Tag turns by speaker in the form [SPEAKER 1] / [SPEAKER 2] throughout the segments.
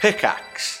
[SPEAKER 1] Pickaxe.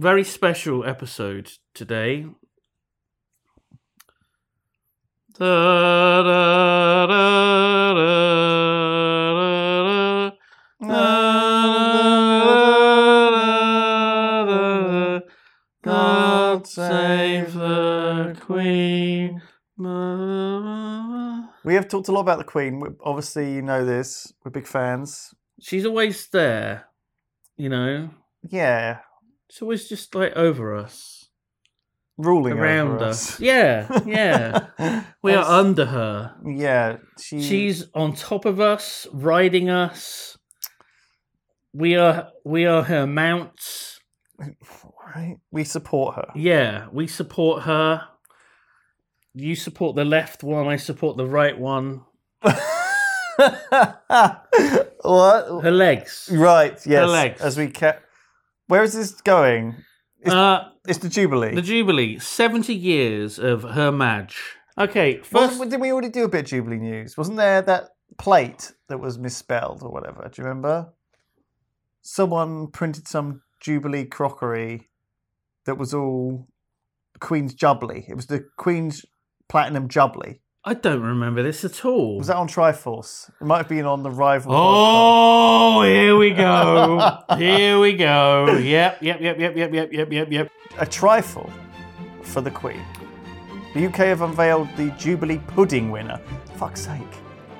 [SPEAKER 2] very special episode today. Da, da, da, da, da, da, da, da, da, da. God save the Queen.
[SPEAKER 3] We have talked a lot about the Queen. We- Obviously, you know this. We're big fans.
[SPEAKER 2] She's always there, you know.
[SPEAKER 3] Yeah,
[SPEAKER 2] She's always just like over us.
[SPEAKER 3] ruling
[SPEAKER 2] around
[SPEAKER 3] over
[SPEAKER 2] us. Yeah, yeah. we are
[SPEAKER 3] That's-
[SPEAKER 2] under her.
[SPEAKER 3] yeah, she,
[SPEAKER 2] She's on top of us, riding us. We are we are her mounts.
[SPEAKER 3] right. We support her.
[SPEAKER 2] Yeah, we support her. You support the left one, I support the right one.
[SPEAKER 3] what?
[SPEAKER 2] Her legs.
[SPEAKER 3] Right. Yes.
[SPEAKER 2] legs.
[SPEAKER 3] As we kept. Where is this going? It's,
[SPEAKER 2] Uh
[SPEAKER 3] it's the Jubilee.
[SPEAKER 2] the Jubilee, 70 years of her madge. Okay,
[SPEAKER 3] Wasn't-
[SPEAKER 2] first
[SPEAKER 3] didn't we already do a bit of Jubilee news? Wasn't there that plate that was misspelled or whatever? Do you remember? Someone printed some Jubilee crockery that was all Queen's Jubbly. It was the Queen's Platinum Jubbly.
[SPEAKER 2] I don't remember this at all.
[SPEAKER 3] Was that on Triforce? It might have been on the rival.
[SPEAKER 2] Oh, here we go. here we go. Yep, yep, yep, yep, yep, yep, yep, yep, yep.
[SPEAKER 3] podcast. A trifle for the Queen. The UK have unveiled the Jubilee pudding winner. Fuck's sake.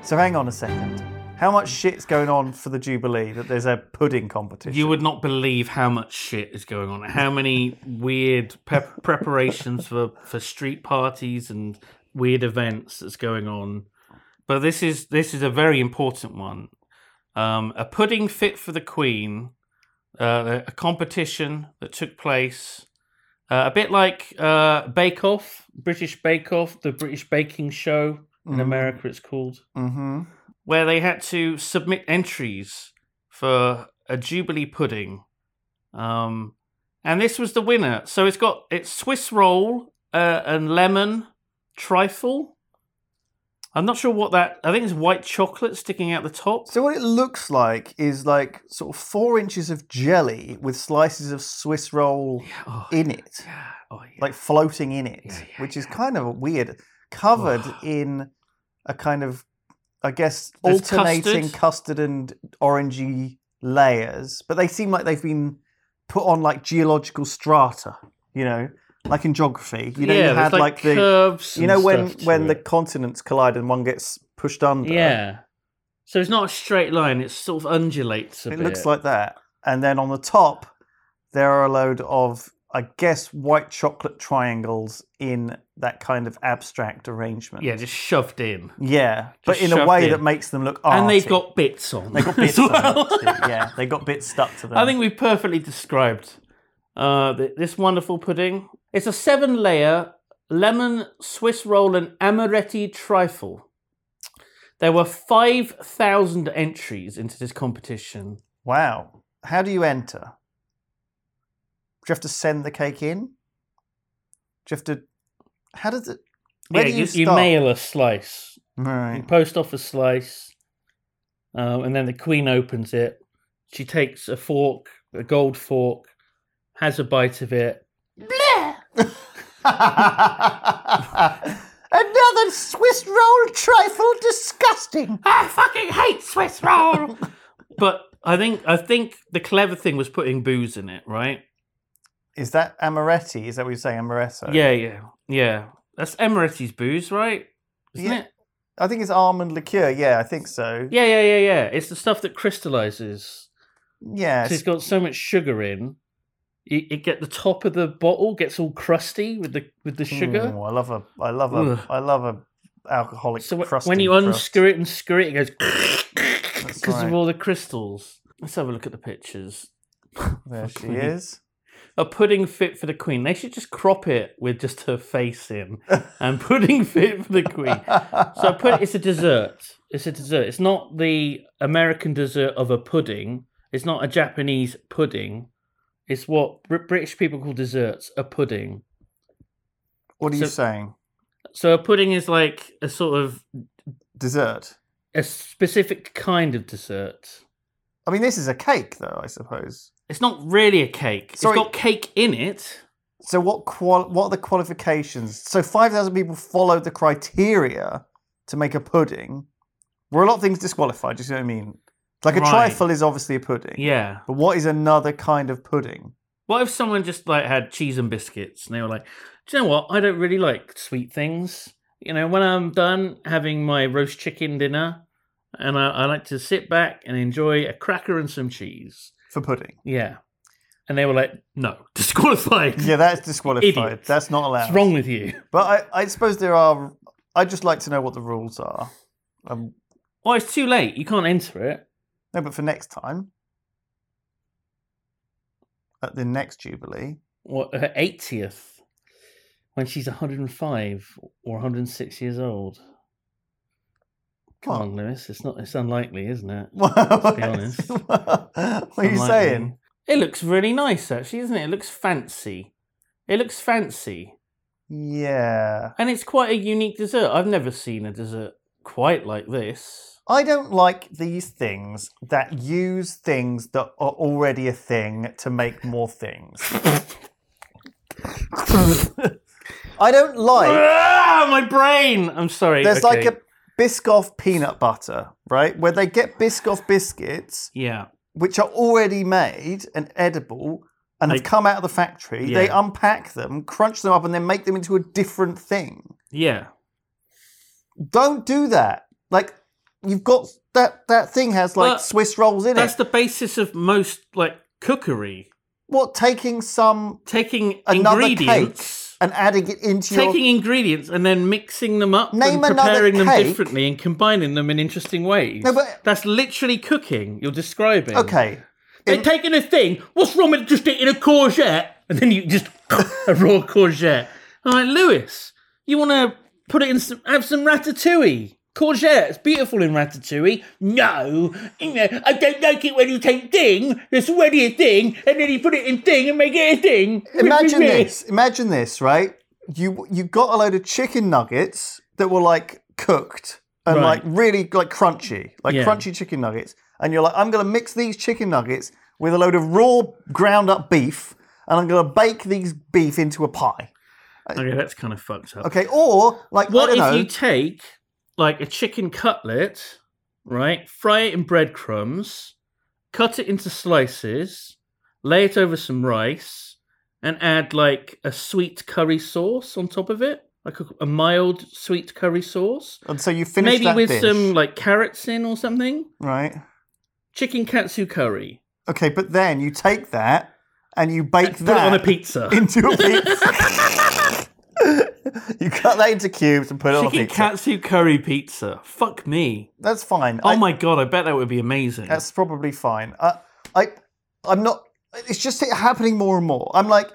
[SPEAKER 3] So hang on a second. How much shit's going on for the Jubilee that there's a pudding competition?
[SPEAKER 2] You would not believe how much shit is going on. How many weird pep preparations for for street parties and weird events that's going on. But this is this is a very important one. Um, a pudding fit for the Queen, uh, a competition that took place. Uh, a bit like uh, Bake Off, British Bake Off, the British baking show in
[SPEAKER 3] Mhm.
[SPEAKER 2] America, it's called.
[SPEAKER 3] Mm-hmm.
[SPEAKER 2] where they had to submit entries for a Jubilee pudding. Um, and this was the winner. So it's got it's Swiss roll uh, and lemon trifle. I'm not sure what that. I think it's white chocolate sticking out the top.
[SPEAKER 3] So what it looks like is like sort of four inches of jelly with slices of Swiss roll
[SPEAKER 2] Oh,
[SPEAKER 3] in it,
[SPEAKER 2] yeah. Oh, yeah.
[SPEAKER 3] like floating in it,
[SPEAKER 2] Yeah, yeah,
[SPEAKER 3] which is kind of weird. Covered in a kind of, I guess,
[SPEAKER 2] There's
[SPEAKER 3] alternating
[SPEAKER 2] custard.
[SPEAKER 3] custard. and orangey layers, but they seem like they've been put on like geological strata. You know, like in geography, you know,
[SPEAKER 2] yeah,
[SPEAKER 3] you
[SPEAKER 2] there's
[SPEAKER 3] had
[SPEAKER 2] like,
[SPEAKER 3] like the
[SPEAKER 2] curves.
[SPEAKER 3] you
[SPEAKER 2] and
[SPEAKER 3] know when
[SPEAKER 2] stuff to
[SPEAKER 3] when the
[SPEAKER 2] it.
[SPEAKER 3] continents collide and one gets pushed under.
[SPEAKER 2] yeah. So it's not a straight line. It sort of undulates a
[SPEAKER 3] it
[SPEAKER 2] bit.
[SPEAKER 3] looks like that. And then on the top, there are a load of, I guess, white chocolate triangles in that kind of abstract arrangement.
[SPEAKER 2] yeah, just shoved in.
[SPEAKER 3] Yeah, but
[SPEAKER 2] Just
[SPEAKER 3] in a
[SPEAKER 2] shoved
[SPEAKER 3] way
[SPEAKER 2] in.
[SPEAKER 3] that makes them look arty.
[SPEAKER 2] And they've got bits on.
[SPEAKER 3] they got
[SPEAKER 2] as
[SPEAKER 3] bits. on them
[SPEAKER 2] well.
[SPEAKER 3] too, yeah, they got bits stuck to them.
[SPEAKER 2] I think we've perfectly described uh, th- this wonderful pudding. It's a seven layer lemon Swiss roll and amaretti trifle. There were 5,000 entries into this competition.
[SPEAKER 3] Wow, how do you enter? Do you have to send the cake in? Do you have to? How does it? Where
[SPEAKER 2] yeah,
[SPEAKER 3] do
[SPEAKER 2] you,
[SPEAKER 3] you,
[SPEAKER 2] you
[SPEAKER 3] start?
[SPEAKER 2] mail a slice, you
[SPEAKER 3] Right.
[SPEAKER 2] post off a slice, um, and then the queen opens it. She takes a fork, a gold fork, has a bite of it.
[SPEAKER 3] Another Swiss roll trifle disgusting.
[SPEAKER 2] I fucking hate Swiss roll. but I think I think the clever thing was putting booze in it, right?
[SPEAKER 3] Is that amaretti? Is that what you're saying, amaretto?
[SPEAKER 2] Yeah, yeah, yeah. That's Emeretti's booze, right? Isn't
[SPEAKER 3] Yeah.
[SPEAKER 2] it?
[SPEAKER 3] I think it's almond liqueur. Yeah, I think so.
[SPEAKER 2] Yeah, yeah, yeah, yeah. It's the stuff that crystallizes.
[SPEAKER 3] Yeah,
[SPEAKER 2] So
[SPEAKER 3] it's
[SPEAKER 2] it's got so much sugar in. It, it get the top of the bottle gets all crusty with the with the sugar.
[SPEAKER 3] Mm, I love a, I love a,
[SPEAKER 2] Ugh.
[SPEAKER 3] I love a alcoholic.
[SPEAKER 2] so wh-
[SPEAKER 3] crusty
[SPEAKER 2] when you
[SPEAKER 3] crust.
[SPEAKER 2] unscrew it and screw it, it goes because
[SPEAKER 3] right.
[SPEAKER 2] of all the crystals. Let's have a look at the pictures.
[SPEAKER 3] there she
[SPEAKER 2] Fucking-
[SPEAKER 3] is.
[SPEAKER 2] A pudding fit for the queen. They should just crop it with just her face in and pudding fit for the queen. So I put it's a dessert. It's a dessert. It's not the American dessert of a pudding. It's not a Japanese pudding. It's what Br- British people call desserts, a pudding.
[SPEAKER 3] what are you
[SPEAKER 2] so-
[SPEAKER 3] saying?
[SPEAKER 2] So a pudding is like a sort of
[SPEAKER 3] Dessert.
[SPEAKER 2] a specific kind of dessert.
[SPEAKER 3] I mean, this is a cake, though. I suppose.
[SPEAKER 2] It's not really a cake.
[SPEAKER 3] Sorry.
[SPEAKER 2] It's got cake in it.
[SPEAKER 3] So what qual? What are the qualifications? So five thousand people followed the criteria to make a pudding. Were a lot of things disqualified? Do you see what I mean? Like a
[SPEAKER 2] Right.
[SPEAKER 3] trifle is obviously a pudding.
[SPEAKER 2] Yeah.
[SPEAKER 3] But what is another kind of pudding?
[SPEAKER 2] What if someone just like had cheese and biscuits and they were like, Do you know what? I don't really like sweet things. You know, when I'm done having my roast chicken dinner and I, I like to sit back and enjoy a cracker and some cheese.
[SPEAKER 3] For pudding.
[SPEAKER 2] Yeah. And they were like, No, disqualified.
[SPEAKER 3] Yeah, that's disqualified.
[SPEAKER 2] Idiots.
[SPEAKER 3] That's not allowed.
[SPEAKER 2] What's wrong with you?
[SPEAKER 3] But I, I suppose there are. I'd just like to know what the rules are. Um,
[SPEAKER 2] Oh, it's too late. You can't enter it.
[SPEAKER 3] no, but for next time, at the next Jubilee,
[SPEAKER 2] What her eightieth when she's 105 or 106 years old. Come
[SPEAKER 3] What?
[SPEAKER 2] on, Lewis. It's not. It's unlikely, isn't it?
[SPEAKER 3] what
[SPEAKER 2] be honest.
[SPEAKER 3] what are you
[SPEAKER 2] Unlikely.
[SPEAKER 3] saying?
[SPEAKER 2] It looks really nice, actually, isn't it? It looks fancy. It looks fancy.
[SPEAKER 3] Yeah,
[SPEAKER 2] And it's quite a unique dessert. I've never seen a dessert quite like this.
[SPEAKER 3] I don't like these things that use things that are already a thing to make more things. I don't like
[SPEAKER 2] Ah, my brain! I'm sorry.
[SPEAKER 3] There's like
[SPEAKER 2] okay.
[SPEAKER 3] a Biscoff peanut butter, right? Where they get Biscoff biscuits,
[SPEAKER 2] Yeah.
[SPEAKER 3] which are already made and edible and have
[SPEAKER 2] Like-
[SPEAKER 3] come out of the factory. They
[SPEAKER 2] Yeah.
[SPEAKER 3] unpack them, crunch them up, and then make them into a different thing.
[SPEAKER 2] Yeah.
[SPEAKER 3] Don't do that. Like, you've got that, that thing has like
[SPEAKER 2] But
[SPEAKER 3] Swiss rolls in
[SPEAKER 2] That's
[SPEAKER 3] it.
[SPEAKER 2] the basis of most, like, cookery.
[SPEAKER 3] what, taking some
[SPEAKER 2] Taking
[SPEAKER 3] Another cake.
[SPEAKER 2] ingredients.
[SPEAKER 3] and adding it into
[SPEAKER 2] Taking
[SPEAKER 3] your.
[SPEAKER 2] ingredients and then mixing them up
[SPEAKER 3] Name
[SPEAKER 2] and
[SPEAKER 3] another
[SPEAKER 2] preparing them
[SPEAKER 3] cake.
[SPEAKER 2] differently and combining them in interesting ways.
[SPEAKER 3] No, but-
[SPEAKER 2] That's literally cooking. You're describing.
[SPEAKER 3] Okay.
[SPEAKER 2] They're taking a thing. What's wrong with just eating a courgette? And then you just a raw courgette. All right, Lewis, you want to put it in some, have some ratatouille. Courgette, it's beautiful in ratatouille. No, you know, I don't like it when you take thing, there's already a thing, and then you put it in thing and make it a thing.
[SPEAKER 3] Imagine this. Imagine this, right? You you got a load of chicken nuggets that were like cooked and like
[SPEAKER 2] Right.
[SPEAKER 3] really like crunchy, like
[SPEAKER 2] Yeah.
[SPEAKER 3] crunchy chicken nuggets, and you're like, I'm gonna mix these chicken nuggets with a load of raw ground up beef, and I'm gonna bake these beef into a pie.
[SPEAKER 2] Okay, that's kind of fucked up.
[SPEAKER 3] Okay, or like
[SPEAKER 2] What
[SPEAKER 3] I
[SPEAKER 2] if
[SPEAKER 3] don't know,
[SPEAKER 2] you take like a chicken cutlet, right? Fry it in breadcrumbs, cut it into slices, lay it over some rice, and add like a sweet curry sauce on top of it, like a, a mild sweet curry sauce,
[SPEAKER 3] and so you finish
[SPEAKER 2] maybe
[SPEAKER 3] that
[SPEAKER 2] with
[SPEAKER 3] dish,
[SPEAKER 2] some like carrots in or something.
[SPEAKER 3] right?
[SPEAKER 2] Chicken katsu curry,
[SPEAKER 3] Okay, but then you take that and you bake
[SPEAKER 2] put it
[SPEAKER 3] that
[SPEAKER 2] on a pizza.
[SPEAKER 3] into a pizza. you cut that into cubes and put it on a
[SPEAKER 2] Chicken
[SPEAKER 3] pizza.
[SPEAKER 2] katsu curry pizza. Fuck me.
[SPEAKER 3] That's fine.
[SPEAKER 2] Oh
[SPEAKER 3] I-
[SPEAKER 2] my god, I bet that would be amazing.
[SPEAKER 3] That's probably fine. I, I, I'm not. It's just it happening more and more. I'm like,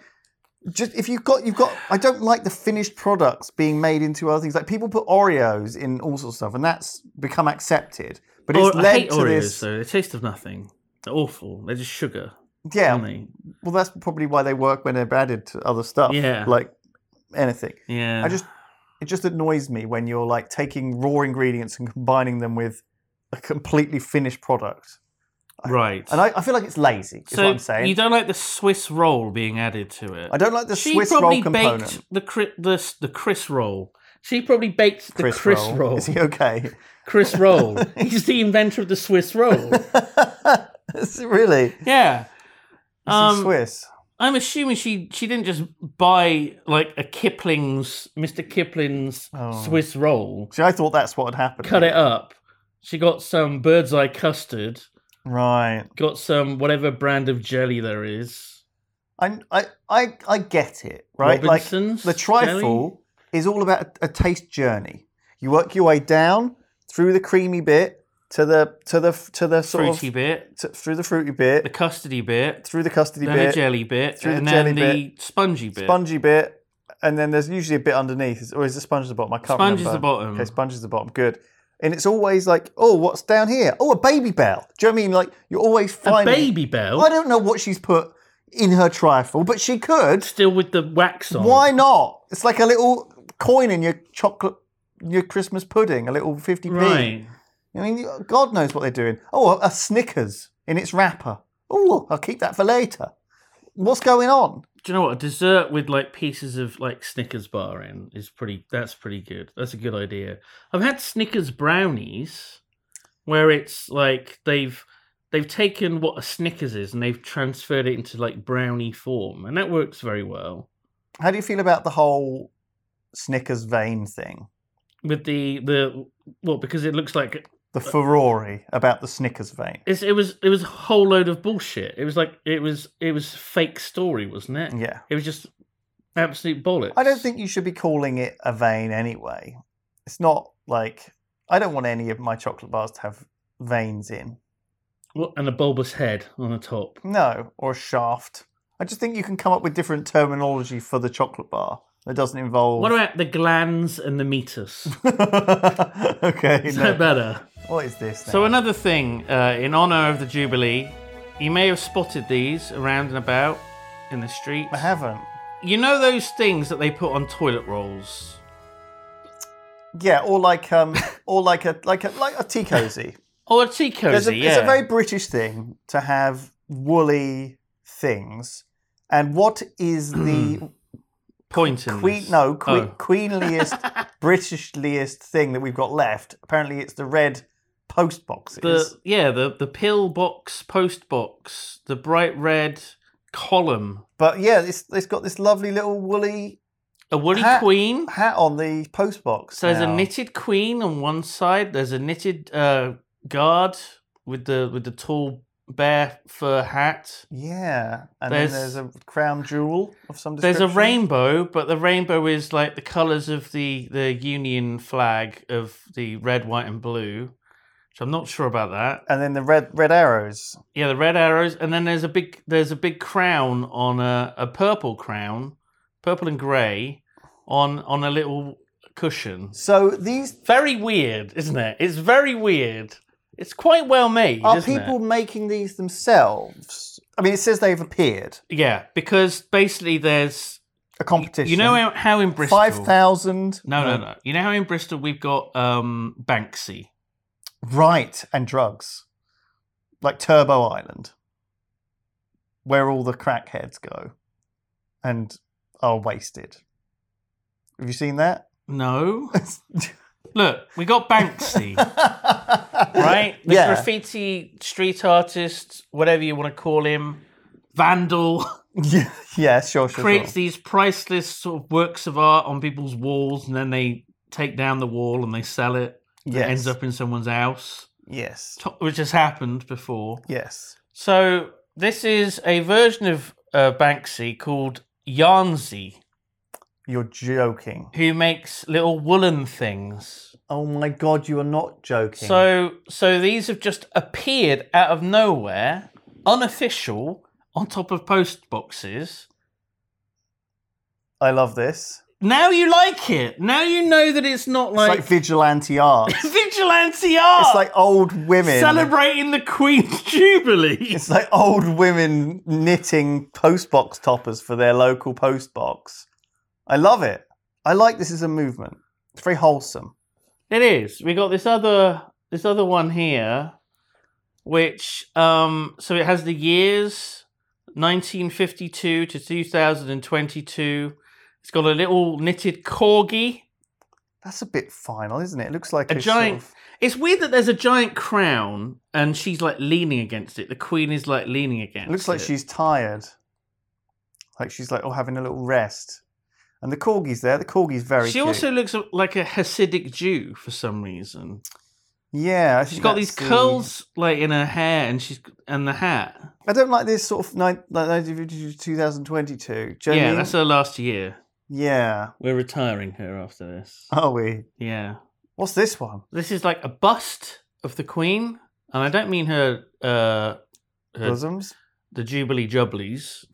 [SPEAKER 3] just if you've got, you've got. I don't like the finished products being made into other things. Like people put Oreos in all sorts of stuff, and that's become accepted. But it's
[SPEAKER 2] Or-
[SPEAKER 3] led
[SPEAKER 2] I hate
[SPEAKER 3] to
[SPEAKER 2] Oreos
[SPEAKER 3] this.
[SPEAKER 2] though. They taste of nothing. They're awful. They're just sugar.
[SPEAKER 3] yeah.
[SPEAKER 2] aren't they?
[SPEAKER 3] Well, that's probably why they work when they're added to other stuff.
[SPEAKER 2] Yeah.
[SPEAKER 3] Like anything.
[SPEAKER 2] Yeah.
[SPEAKER 3] I just it just annoys me when you're like taking raw ingredients and combining them with a completely finished product.
[SPEAKER 2] right.
[SPEAKER 3] And I, I feel like it's lazy. Is
[SPEAKER 2] so
[SPEAKER 3] what I'm saying.
[SPEAKER 2] you don't like the Swiss roll being added to it.
[SPEAKER 3] I don't like the
[SPEAKER 2] she
[SPEAKER 3] Swiss
[SPEAKER 2] probably
[SPEAKER 3] roll component.
[SPEAKER 2] baked the cri- the s- the Chris roll. She probably baked the Chris, roll.
[SPEAKER 3] Is he okay?
[SPEAKER 2] Chris roll. He's the inventor of the Swiss roll.
[SPEAKER 3] It's really?
[SPEAKER 2] Yeah.
[SPEAKER 3] This is
[SPEAKER 2] Um,
[SPEAKER 3] Swiss.
[SPEAKER 2] I'm assuming she she didn't just buy like a Kipling's Mr. Kipling's
[SPEAKER 3] Oh.
[SPEAKER 2] Swiss roll,
[SPEAKER 3] See, I thought that's what had happened.
[SPEAKER 2] cut it up. She got some bird's eye custard,
[SPEAKER 3] Right.
[SPEAKER 2] got some whatever brand of jelly there is.
[SPEAKER 3] I, I, I, I get it, right?
[SPEAKER 2] Robinson's
[SPEAKER 3] like the trifle
[SPEAKER 2] jelly?
[SPEAKER 3] is all about a, a taste journey. You work your way down through the creamy bit to the to the to the sort
[SPEAKER 2] Fruity
[SPEAKER 3] of
[SPEAKER 2] bit,
[SPEAKER 3] to, through the fruity
[SPEAKER 2] the
[SPEAKER 3] bit,
[SPEAKER 2] custardy bit,
[SPEAKER 3] through the custody
[SPEAKER 2] then the
[SPEAKER 3] bit,
[SPEAKER 2] jelly bit,
[SPEAKER 3] through the
[SPEAKER 2] and then
[SPEAKER 3] jelly
[SPEAKER 2] the spongy bit.
[SPEAKER 3] spongy bit, and then there's usually a bit underneath. Is- Or is the sponge at the bottom? I can't
[SPEAKER 2] Sponge is
[SPEAKER 3] remember.
[SPEAKER 2] the bottom.
[SPEAKER 3] Okay, sponge is the bottom. Good. And it's always like, oh, what's down here? Oh, a baby bell. Do you know what I mean? Like you're always
[SPEAKER 2] a
[SPEAKER 3] finding.
[SPEAKER 2] baby bell,
[SPEAKER 3] I don't know what she's put in her trifle, but she could.
[SPEAKER 2] still with the wax on.
[SPEAKER 3] Why not? It's like a little coin in your chocolate, your Christmas pudding, a little 50p.
[SPEAKER 2] Right.
[SPEAKER 3] I mean, you- God knows what they're doing. Oh, a Snickers in its wrapper. Oh, I'll keep that for later. What's going on?
[SPEAKER 2] Do you know what? A dessert with like pieces of like Snickers bar in is pretty. That's pretty good. That's a good idea. I've had Snickers brownies, where it's like they've they've taken what a Snickers is and they've transferred it into like brownie form, and that works very well
[SPEAKER 3] How do you feel about the whole Snickers vein thing?
[SPEAKER 2] with the the well because it looks like
[SPEAKER 3] The Ferrari about the Snickers vein.
[SPEAKER 2] it's, it was it was a whole load of bullshit. It was like it was it was fake story, wasn't it?
[SPEAKER 3] Yeah.
[SPEAKER 2] It was just absolute bollocks.
[SPEAKER 3] I don't think you should be calling it a vein anyway. It's not like I don't want any of my chocolate bars to have veins in.
[SPEAKER 2] Well, and a bulbous head on the top.
[SPEAKER 3] No, or a shaft. I just think you can come up with different terminology for the chocolate bar that doesn't involve.
[SPEAKER 2] What about the glands and the meatus?
[SPEAKER 3] okay.
[SPEAKER 2] Is
[SPEAKER 3] No.
[SPEAKER 2] that better?
[SPEAKER 3] What is this?
[SPEAKER 2] So
[SPEAKER 3] now?
[SPEAKER 2] another thing, uh, in honour of the Jubilee, you may have spotted these around and about in the streets.
[SPEAKER 3] I haven't.
[SPEAKER 2] You know those things that they put on toilet rolls?
[SPEAKER 3] Yeah, or like um, or like a like a like a tea cozy.
[SPEAKER 2] Or a tea
[SPEAKER 3] There's
[SPEAKER 2] cozy,
[SPEAKER 3] a-
[SPEAKER 2] yeah.
[SPEAKER 3] It's a very British thing to have woolly things. And what is the
[SPEAKER 2] Pointing.
[SPEAKER 3] queen? No, que-
[SPEAKER 2] Oh.
[SPEAKER 3] queenliest, Britishliest thing that we've got left. Apparently, it's the red post boxes.
[SPEAKER 2] The, yeah, the, the pill box, post box, the bright red column.
[SPEAKER 3] But yeah, it's it's got this lovely little woolly
[SPEAKER 2] A woolly
[SPEAKER 3] Ha-
[SPEAKER 2] queen.
[SPEAKER 3] hat on the post box.
[SPEAKER 2] So there's a
[SPEAKER 3] now.
[SPEAKER 2] knitted queen on one side. There's a knitted uh, guard with the with the tall bear fur hat.
[SPEAKER 3] Yeah, and then
[SPEAKER 2] There's-
[SPEAKER 3] there's a crown jewel of some
[SPEAKER 2] There's
[SPEAKER 3] description.
[SPEAKER 2] a rainbow, but the rainbow is like the colours of the the Union flag of the red, white, and blue. So I'm not sure about that.
[SPEAKER 3] and then the red red arrows.
[SPEAKER 2] Yeah, the red arrows, and then there's a big there's a big crown on a, a purple crown, purple and grey, on on a little cushion.
[SPEAKER 3] So these
[SPEAKER 2] Very weird, isn't it? It's very weird. It's quite well made.
[SPEAKER 3] are
[SPEAKER 2] isn't it?
[SPEAKER 3] people making these themselves. I mean, it says they've appeared
[SPEAKER 2] Yeah, because basically there's
[SPEAKER 3] a competition.
[SPEAKER 2] you know how, how in Bristol
[SPEAKER 3] five thousand. um,
[SPEAKER 2] No, no, no. You know how in Bristol we've got um Banksy.
[SPEAKER 3] Right, and drugs, like Turbo Island, where all the crackheads go, and are wasted. Have you seen that?
[SPEAKER 2] No. Look, we got Banksy, right? The
[SPEAKER 3] yeah.
[SPEAKER 2] graffiti street artist, whatever you want to call him, vandal,
[SPEAKER 3] yeah. Yeah. Sure. Sure. sure.
[SPEAKER 2] creates these priceless sort of works of art on people's walls and then they take down the wall and they sell it.
[SPEAKER 3] Yes.
[SPEAKER 2] It ends up in someone's house,
[SPEAKER 3] Yes.
[SPEAKER 2] to- which has happened before.
[SPEAKER 3] Yes.
[SPEAKER 2] So this is a version of uh, Banksy called Yarnsey,
[SPEAKER 3] You're joking.
[SPEAKER 2] who makes little woolen things.
[SPEAKER 3] Oh my god, you are not joking.
[SPEAKER 2] So so these have just appeared out of nowhere, unofficial, on top of post boxes.
[SPEAKER 3] I love this.
[SPEAKER 2] Now you like it. Now you know that it's not
[SPEAKER 3] It's like,
[SPEAKER 2] like,
[SPEAKER 3] vigilante art. it's
[SPEAKER 2] vigilante art.
[SPEAKER 3] like old women
[SPEAKER 2] celebrating the Queen's Jubilee.
[SPEAKER 3] It's like old women knitting postbox toppers for their local postbox. I love it. I like this as a movement. It's very wholesome.
[SPEAKER 2] It is. We got this other this other one here, which um so it has the years 1952 to 2022. It's got a little knitted corgi.
[SPEAKER 3] That's a bit final, isn't it? It looks like
[SPEAKER 2] A
[SPEAKER 3] a,
[SPEAKER 2] giant-
[SPEAKER 3] sort
[SPEAKER 2] It's weird that there's a giant crown and she's like leaning against it. The queen is like leaning against.
[SPEAKER 3] It looks like
[SPEAKER 2] it.
[SPEAKER 3] she's tired. Like she's like, oh, having a little rest. And the corgi's there. The corgi's very.
[SPEAKER 2] She
[SPEAKER 3] cute.
[SPEAKER 2] also looks like a Hasidic Jew for some reason.
[SPEAKER 3] Yeah, I
[SPEAKER 2] She's
[SPEAKER 3] think
[SPEAKER 2] got these
[SPEAKER 3] that's the-
[SPEAKER 2] curls like in her hair and she's and the hat.
[SPEAKER 3] I don't like this sort of ni- like 2022. Do you know what I
[SPEAKER 2] yeah,
[SPEAKER 3] mean?
[SPEAKER 2] that's her last year.
[SPEAKER 3] yeah.
[SPEAKER 2] We're retiring her after this.
[SPEAKER 3] Are we?
[SPEAKER 2] Yeah.
[SPEAKER 3] What's this one?
[SPEAKER 2] This is like a bust of the Queen, and I don't mean her uh her,
[SPEAKER 3] Bosoms.
[SPEAKER 2] the Jubilee Jubblies.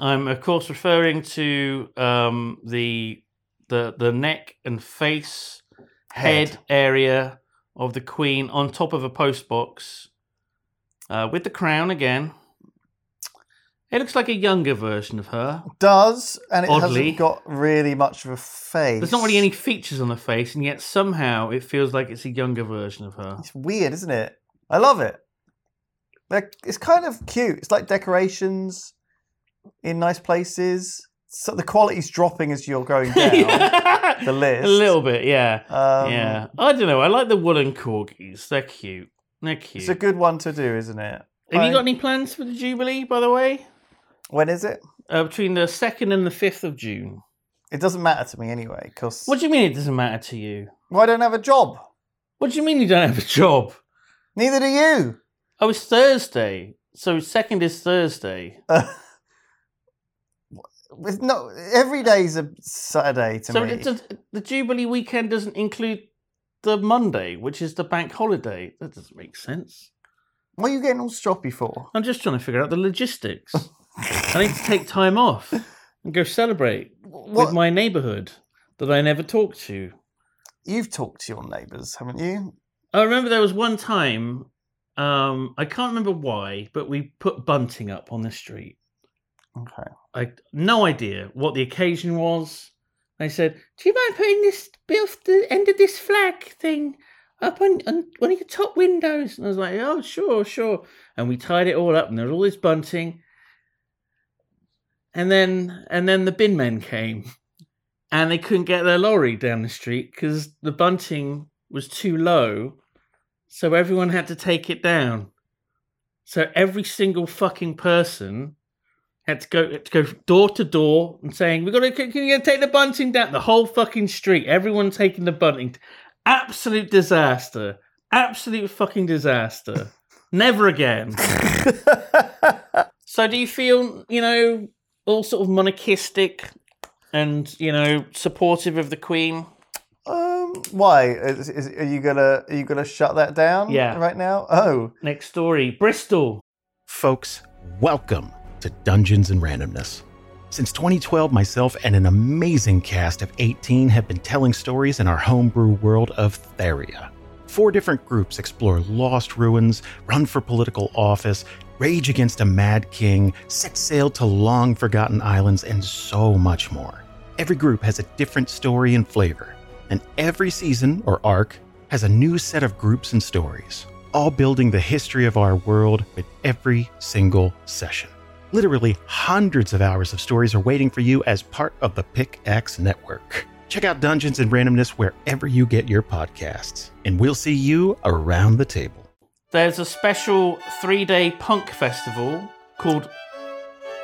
[SPEAKER 2] I'm of course referring to um the the the neck and face head,
[SPEAKER 3] Head.
[SPEAKER 2] area of the Queen on top of a post box uh, with the crown again. It looks like a younger version of her.
[SPEAKER 3] Does and it
[SPEAKER 2] Oddly.
[SPEAKER 3] hasn't got really much of a face.
[SPEAKER 2] There's not really any features on the face, and yet somehow it feels like it's a younger version of her.
[SPEAKER 3] It's weird, isn't it? I love it. Like it's kind of cute. It's like decorations in nice places. So the quality's dropping as you're going down. the list.
[SPEAKER 2] A little bit, yeah.
[SPEAKER 3] Um,
[SPEAKER 2] yeah. I don't know. I like the woolen corgis. They're cute. They're cute.
[SPEAKER 3] It's a good one to do, isn't it?
[SPEAKER 2] Have you
[SPEAKER 3] I-
[SPEAKER 2] got any plans for the Jubilee, by the way?
[SPEAKER 3] When is it?
[SPEAKER 2] Uh, between the 2nd and the 5th of June.
[SPEAKER 3] It doesn't matter to me anyway, because
[SPEAKER 2] What do you mean it doesn't matter to you?
[SPEAKER 3] well, I don't have a job.
[SPEAKER 2] What do you mean you don't have a job?
[SPEAKER 3] Neither do you.
[SPEAKER 2] Oh, it's Thursday. So 2nd is Thursday.
[SPEAKER 3] Uh, it's not every day's a Saturday to
[SPEAKER 2] so
[SPEAKER 3] me.
[SPEAKER 2] it does, the Jubilee weekend doesn't include the Monday, which is the bank holiday. That doesn't make sense.
[SPEAKER 3] What are you getting all stroppy for?
[SPEAKER 2] I'm just trying to figure out the logistics. I need to take time off and go celebrate
[SPEAKER 3] What
[SPEAKER 2] with my neighbourhood that I never talked to.
[SPEAKER 3] you've talked to your neighbours, haven't you?
[SPEAKER 2] I remember there was one time, um, I can't remember why, but we put bunting up on the street.
[SPEAKER 3] Okay.
[SPEAKER 2] I no idea what the occasion was. They said, "Do you mind putting this bit of the end of this flag thing up on, on one of your top windows?" And I was like, "Oh, sure, sure." And we tied it all up, and there was all this bunting. And then, and then the bin men came, and they couldn't get their lorry down the street because the bunting was too low, so everyone had to take it down. So every single fucking person had to go had to go door to door and saying, "We're gonna can you take the bunting down?" The whole fucking street, everyone taking the bunting. Absolute disaster. Absolute fucking disaster. Never again. so, do you feel you know all sort of monarchistic and you know supportive of the Queen?
[SPEAKER 3] Um, why is, is, are you gonna are you gonna shut that down?
[SPEAKER 2] Yeah.
[SPEAKER 3] Right now? Oh,
[SPEAKER 2] Next story, Bristol.
[SPEAKER 1] Folks, welcome to Dungeons and Randomness. Since 2012, myself and an amazing cast of 18 have been telling stories in our homebrew world of Theria. Four different groups explore lost ruins, run for political office, rage against a mad king, set sail to long forgotten islands, and so much more. Every group has a different story and flavor, and every season or arc has a new set of groups and stories, all building the history of our world with every single session. Literally hundreds of hours of stories are waiting for you as part of the Pickaxe Network. Check out Dungeons and Randomness wherever you get your podcasts, and we'll see you around the table.
[SPEAKER 2] There's a special three-day punk festival called.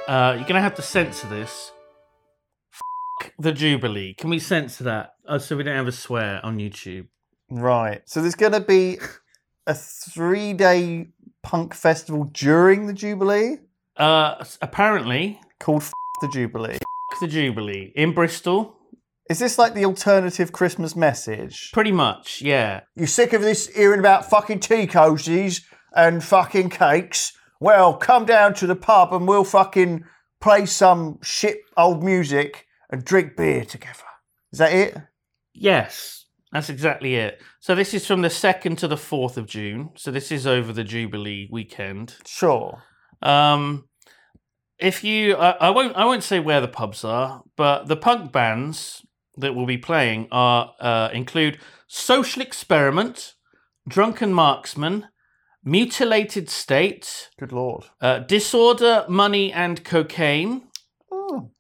[SPEAKER 2] Uh, you're gonna have to censor this. F- the Jubilee. Can we censor that uh, so we don't have a swear on YouTube?
[SPEAKER 3] right. So there's gonna be a three day punk festival during the Jubilee
[SPEAKER 2] Uh, s- apparently,
[SPEAKER 3] called F- the Jubilee.
[SPEAKER 2] F- the Jubilee in Bristol.
[SPEAKER 3] Is this like the alternative Christmas message?
[SPEAKER 2] Pretty much, yeah.
[SPEAKER 3] You sick of this hearing about fucking tea cozies and fucking cakes? Well, come down to the pub and we'll fucking play some shit old music and drink beer together. Is that it?
[SPEAKER 2] Yes, that's exactly it. So this is from the second to the fourth of June. So this is over the Jubilee weekend.
[SPEAKER 3] Sure.
[SPEAKER 2] Um, if you, I, I won't, I won't say where the pubs are, but the punk bands that will be playing are uh, include Social Experiment, Drunken Marksman, Mutilated State,
[SPEAKER 3] Good lord.
[SPEAKER 2] uh, Disorder, Money and Cocaine.
[SPEAKER 3] Oh.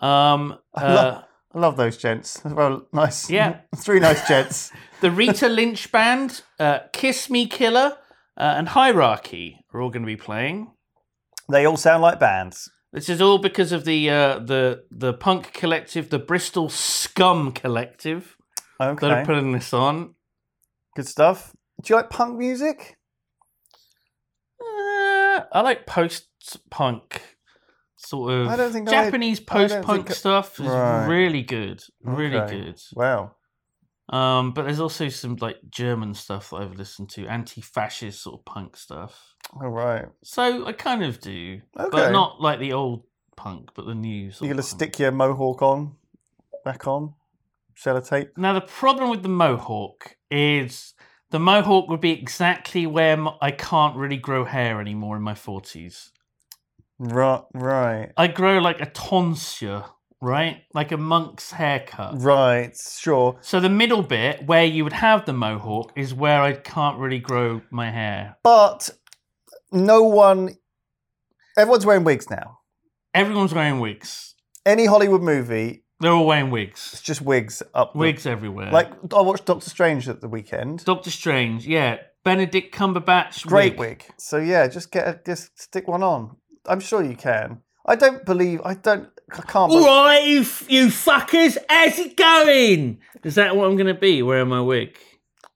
[SPEAKER 2] Um,
[SPEAKER 3] I love-
[SPEAKER 2] uh,
[SPEAKER 3] I love those gents. Well, nice.
[SPEAKER 2] Yeah.
[SPEAKER 3] Three nice gents.
[SPEAKER 2] The Rita Lynch Band, uh, Kiss Me Killer, uh, and Hierarchy are all going to be playing.
[SPEAKER 3] they all sound like bands.
[SPEAKER 2] This is all because of the uh, the the punk collective, the Bristol Scum Collective, that
[SPEAKER 3] Okay.
[SPEAKER 2] are putting this on.
[SPEAKER 3] Good stuff. Do you like punk music?
[SPEAKER 2] Uh, I like post punk sort of
[SPEAKER 3] I don't think I- I
[SPEAKER 2] Japanese
[SPEAKER 3] don't
[SPEAKER 2] post punk
[SPEAKER 3] think I-
[SPEAKER 2] stuff is
[SPEAKER 3] Right.
[SPEAKER 2] really good, really
[SPEAKER 3] Okay.
[SPEAKER 2] good.
[SPEAKER 3] Wow.
[SPEAKER 2] Um, but there's also some like German stuff that I've listened to, anti-fascist sort of punk stuff.
[SPEAKER 3] All right.
[SPEAKER 2] So I kind of do,
[SPEAKER 3] Okay.
[SPEAKER 2] but not like the old punk, but the new. Sort
[SPEAKER 3] You're gonna
[SPEAKER 2] of punk.
[SPEAKER 3] stick your mohawk on, back on, sellotape.
[SPEAKER 2] Now the problem with the mohawk is the mohawk would be exactly where m I can't really grow hair anymore in my forties.
[SPEAKER 3] Right. Right.
[SPEAKER 2] I grow like a tonsure, right? Like a monk's haircut.
[SPEAKER 3] Right. Sure.
[SPEAKER 2] So the middle bit where you would have the mohawk is where I can't really grow my hair.
[SPEAKER 3] But no one. Everyone's wearing wigs now.
[SPEAKER 2] Everyone's wearing wigs.
[SPEAKER 3] Any Hollywood movie,
[SPEAKER 2] They're all wearing
[SPEAKER 3] it's
[SPEAKER 2] wigs.
[SPEAKER 3] just wigs up. the-
[SPEAKER 2] Wigs everywhere.
[SPEAKER 3] Like I watched Doctor Strange at the weekend.
[SPEAKER 2] Doctor Strange, yeah. Benedict Cumberbatch.
[SPEAKER 3] Great wig. So yeah, just get a, just stick one on. I'm sure you can. I don't believe. I don't. I can't.
[SPEAKER 2] All
[SPEAKER 3] believe
[SPEAKER 2] right, you, f- you fuckers, how's it going? Is that what I'm going to be wearing my wig?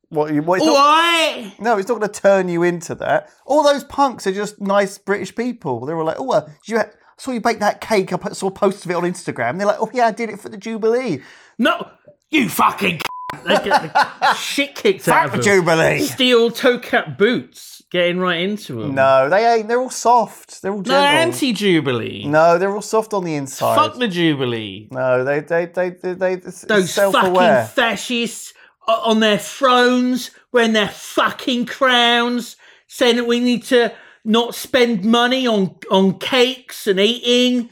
[SPEAKER 3] What, you- what, it's
[SPEAKER 2] All
[SPEAKER 3] not-
[SPEAKER 2] right.
[SPEAKER 3] No, it's not going to turn you into that. All those punks are just nice British people. They're all like, oh, uh, did you ha- I saw you bake that cake. I put- saw posts of it on Instagram. They're like, oh, yeah, I did it for the Jubilee.
[SPEAKER 2] No, you fucking. c- they get the shit kicked out
[SPEAKER 3] Fuck
[SPEAKER 2] of
[SPEAKER 3] the
[SPEAKER 2] them.
[SPEAKER 3] Jubilee.
[SPEAKER 2] Steel toe cap boots getting right into them.
[SPEAKER 3] No, they ain't. They're all soft. They're all
[SPEAKER 2] No,
[SPEAKER 3] gentle.
[SPEAKER 2] anti Jubilee.
[SPEAKER 3] No, they're all soft on the inside.
[SPEAKER 2] Fuck the Jubilee.
[SPEAKER 3] no, they, they, they, they, they it's it's
[SPEAKER 2] Those fucking
[SPEAKER 3] self-aware.
[SPEAKER 2] fascists o- on their thrones, wearing their fucking crowns, saying that we need to not spend money on on cakes and eating.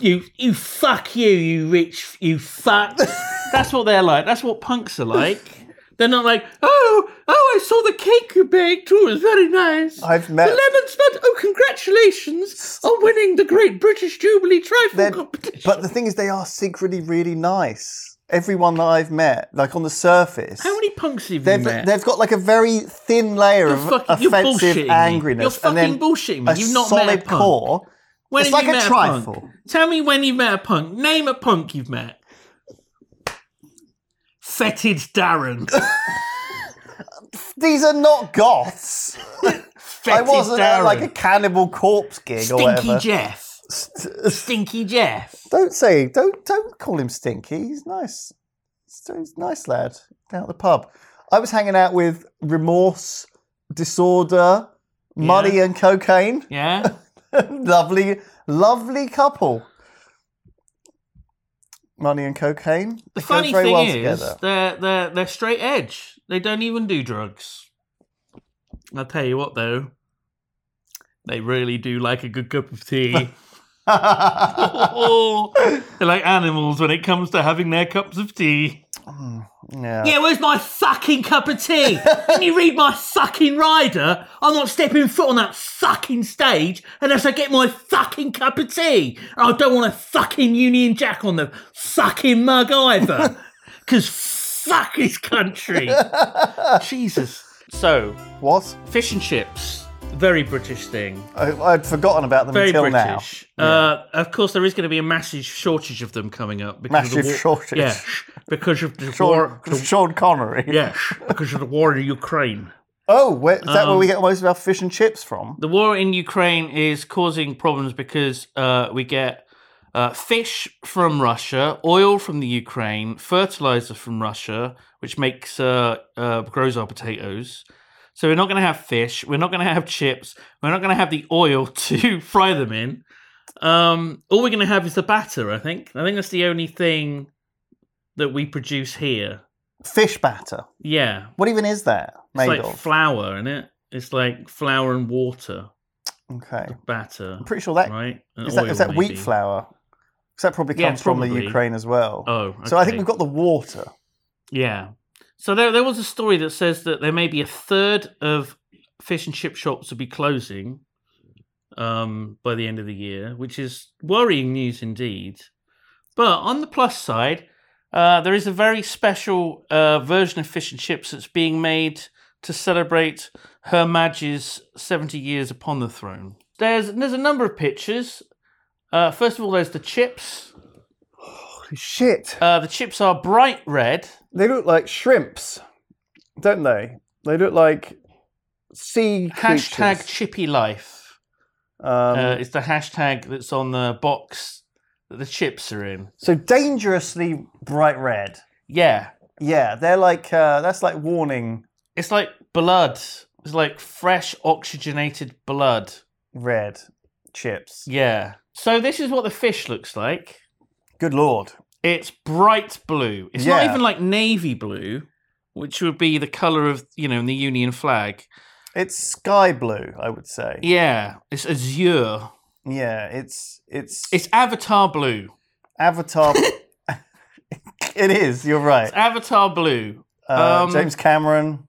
[SPEAKER 2] You you fuck you, you rich you fuck. That's what they're like. That's what punks are like. They're not like, oh, oh, I saw the cake you baked. Oh, it was very nice.
[SPEAKER 3] I've met-
[SPEAKER 2] the lemon spud. Oh, congratulations on winning the Great British Jubilee Trifle
[SPEAKER 3] They're-
[SPEAKER 2] Competition.
[SPEAKER 3] but the thing is, they are secretly really nice. Everyone that I've met, like on the surface.
[SPEAKER 2] How many punks have you
[SPEAKER 3] They've,
[SPEAKER 2] met?
[SPEAKER 3] they've got like a very thin layer
[SPEAKER 2] You're
[SPEAKER 3] of
[SPEAKER 2] fucking- you're
[SPEAKER 3] offensive
[SPEAKER 2] bullshitting me.
[SPEAKER 3] angriness.
[SPEAKER 2] You're fucking
[SPEAKER 3] and then
[SPEAKER 2] bullshitting me.
[SPEAKER 3] a
[SPEAKER 2] You've not met
[SPEAKER 3] solid
[SPEAKER 2] a punk.
[SPEAKER 3] core.
[SPEAKER 2] when
[SPEAKER 3] it's
[SPEAKER 2] have you
[SPEAKER 3] like a
[SPEAKER 2] met
[SPEAKER 3] trifle.
[SPEAKER 2] punk? Tell me when you've met a punk. Name a punk you've met. Fetid Darren.
[SPEAKER 3] These are not goths.
[SPEAKER 2] Fetid
[SPEAKER 3] I wasn't at
[SPEAKER 2] Darren.
[SPEAKER 3] like a cannibal corpse gig or
[SPEAKER 2] Stinky
[SPEAKER 3] whatever.
[SPEAKER 2] Jeff. Stinky Jeff.
[SPEAKER 3] don't say don't don't call him stinky. He's nice. He's a he's a nice lad down at the pub. I was hanging out with remorse, disorder, money
[SPEAKER 2] Yeah.
[SPEAKER 3] and cocaine.
[SPEAKER 2] Yeah.
[SPEAKER 3] lovely, lovely couple. Money and cocaine. They
[SPEAKER 2] The
[SPEAKER 3] go
[SPEAKER 2] funny
[SPEAKER 3] very
[SPEAKER 2] thing
[SPEAKER 3] well
[SPEAKER 2] is,
[SPEAKER 3] together.
[SPEAKER 2] they're they're they're straight edge. They don't even do drugs. I'll tell you what though. They really do like a good cup of tea. They're like animals when it comes to having their cups of tea.
[SPEAKER 3] yeah.
[SPEAKER 2] Yeah, where's my fucking cup of tea? Can you read my fucking rider? I'm not stepping foot on that fucking stage unless I get my fucking cup of tea. And I don't want a fucking Union Jack on the fucking mug either. Because fuck this country. Jesus. So,
[SPEAKER 3] What?
[SPEAKER 2] fish and chips. Very British thing.
[SPEAKER 3] I, I'd forgotten about them
[SPEAKER 2] Very
[SPEAKER 3] until
[SPEAKER 2] British. Uh, of course, there is going to be a massive shortage of them coming up. Because of the
[SPEAKER 3] Massive shortage.
[SPEAKER 2] Yeah, because of the
[SPEAKER 3] now. Sean,
[SPEAKER 2] war.
[SPEAKER 3] Sean Connery.
[SPEAKER 2] Yes, because of the war in Ukraine.
[SPEAKER 3] Oh, where, is that where
[SPEAKER 2] Um,
[SPEAKER 3] we get most of our fish and chips from?
[SPEAKER 2] The war in Ukraine is causing problems because uh, we get uh, fish from Russia, oil from the Ukraine, fertilizer from Russia, which makes uh, uh, grows our potatoes. So we're not going to have fish. We're not going to have chips. We're not going to have the oil to fry them in. Um, all we're going to have is the batter. I think. I think that's the only thing that we produce here.
[SPEAKER 3] Fish batter.
[SPEAKER 2] Yeah,
[SPEAKER 3] What even is that
[SPEAKER 2] it's
[SPEAKER 3] made
[SPEAKER 2] like
[SPEAKER 3] of?
[SPEAKER 2] flour in it. It's like flour and water
[SPEAKER 3] okay.
[SPEAKER 2] batter.
[SPEAKER 3] I'm pretty sure that is
[SPEAKER 2] right? And
[SPEAKER 3] that, is
[SPEAKER 2] oil,
[SPEAKER 3] that wheat
[SPEAKER 2] maybe.
[SPEAKER 3] flour? 'Cause that probably
[SPEAKER 2] Yeah,
[SPEAKER 3] comes from the
[SPEAKER 2] probably.
[SPEAKER 3] Ukraine as well.
[SPEAKER 2] Oh,
[SPEAKER 3] So I think
[SPEAKER 2] okay.
[SPEAKER 3] we've got the water.
[SPEAKER 2] yeah. So there, there was a story that says that there may be a third of fish and chip shops will be closing um, by the end of the year, which is worrying news indeed. But on the plus side, uh, there is a very special uh, version of fish and chips that's being made to celebrate Her Maj's 70 years upon the throne. There's there's a number of pictures. Uh, first of all, there's the chips.
[SPEAKER 3] Shit.
[SPEAKER 2] Uh, the chips are bright red.
[SPEAKER 3] They look like shrimps, don't they? They look like sea creatures.
[SPEAKER 2] Hashtag Chippy Life
[SPEAKER 3] Um,
[SPEAKER 2] uh, is the hashtag that's on the box that the chips are in.
[SPEAKER 3] so dangerously bright red.
[SPEAKER 2] Yeah,
[SPEAKER 3] Yeah, they're like uh, that's like warning
[SPEAKER 2] it's like blood. It's like fresh oxygenated blood.
[SPEAKER 3] red chips.
[SPEAKER 2] Yeah. So this is what the fish looks like.
[SPEAKER 3] Good lord.
[SPEAKER 2] It's bright blue. It's not
[SPEAKER 3] Yeah.
[SPEAKER 2] even like navy blue, which would be the color of you know the Union flag.
[SPEAKER 3] It's sky blue, I would say.
[SPEAKER 2] Yeah, it's azure.
[SPEAKER 3] Yeah, it's it's
[SPEAKER 2] It's avatar blue.
[SPEAKER 3] Avatar. it is. You're right.
[SPEAKER 2] It's avatar blue.
[SPEAKER 3] Uh,
[SPEAKER 2] um,
[SPEAKER 3] James Cameron.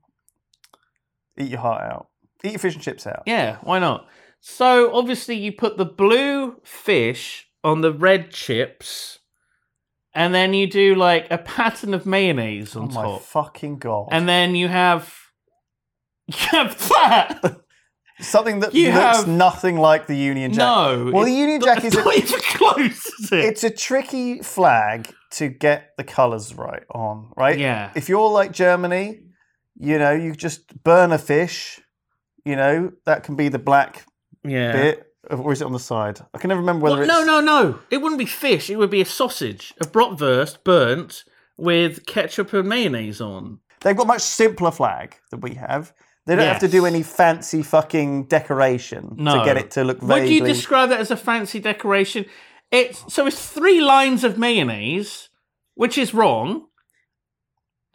[SPEAKER 3] Eat your heart out. Eat your fish and chips out.
[SPEAKER 2] Yeah, why not? So obviously you put the blue fish on the red chips, and then you do like a pattern of mayonnaise
[SPEAKER 3] Oh
[SPEAKER 2] on
[SPEAKER 3] my
[SPEAKER 2] top,
[SPEAKER 3] fucking god!
[SPEAKER 2] and then you have you have that.
[SPEAKER 3] Something that
[SPEAKER 2] you
[SPEAKER 3] looks
[SPEAKER 2] have-
[SPEAKER 3] nothing like the Union Jack.
[SPEAKER 2] No,
[SPEAKER 3] Well,
[SPEAKER 2] it-
[SPEAKER 3] the Union Jack is
[SPEAKER 2] It's
[SPEAKER 3] a,
[SPEAKER 2] not even close, is it?
[SPEAKER 3] it's a tricky flag to get the colours right on, right?
[SPEAKER 2] Yeah.
[SPEAKER 3] If you're like Germany, you know, you just burn a fish, you know, that can be the black
[SPEAKER 2] Yeah.
[SPEAKER 3] bit. Or is it on the side? I can never remember whether
[SPEAKER 2] Well,
[SPEAKER 3] it's
[SPEAKER 2] no, no, no. It wouldn't be fish. It would be a sausage, a bratwurst burnt with ketchup and mayonnaise on.
[SPEAKER 3] They've got much simpler flag than we have. They don't have to do
[SPEAKER 2] Yes.
[SPEAKER 3] any fancy fucking decoration
[SPEAKER 2] No.
[SPEAKER 3] to get it to look
[SPEAKER 2] Would
[SPEAKER 3] vaguely.
[SPEAKER 2] you describe that as a fancy decoration? It's so it's three lines of mayonnaise, which is wrong.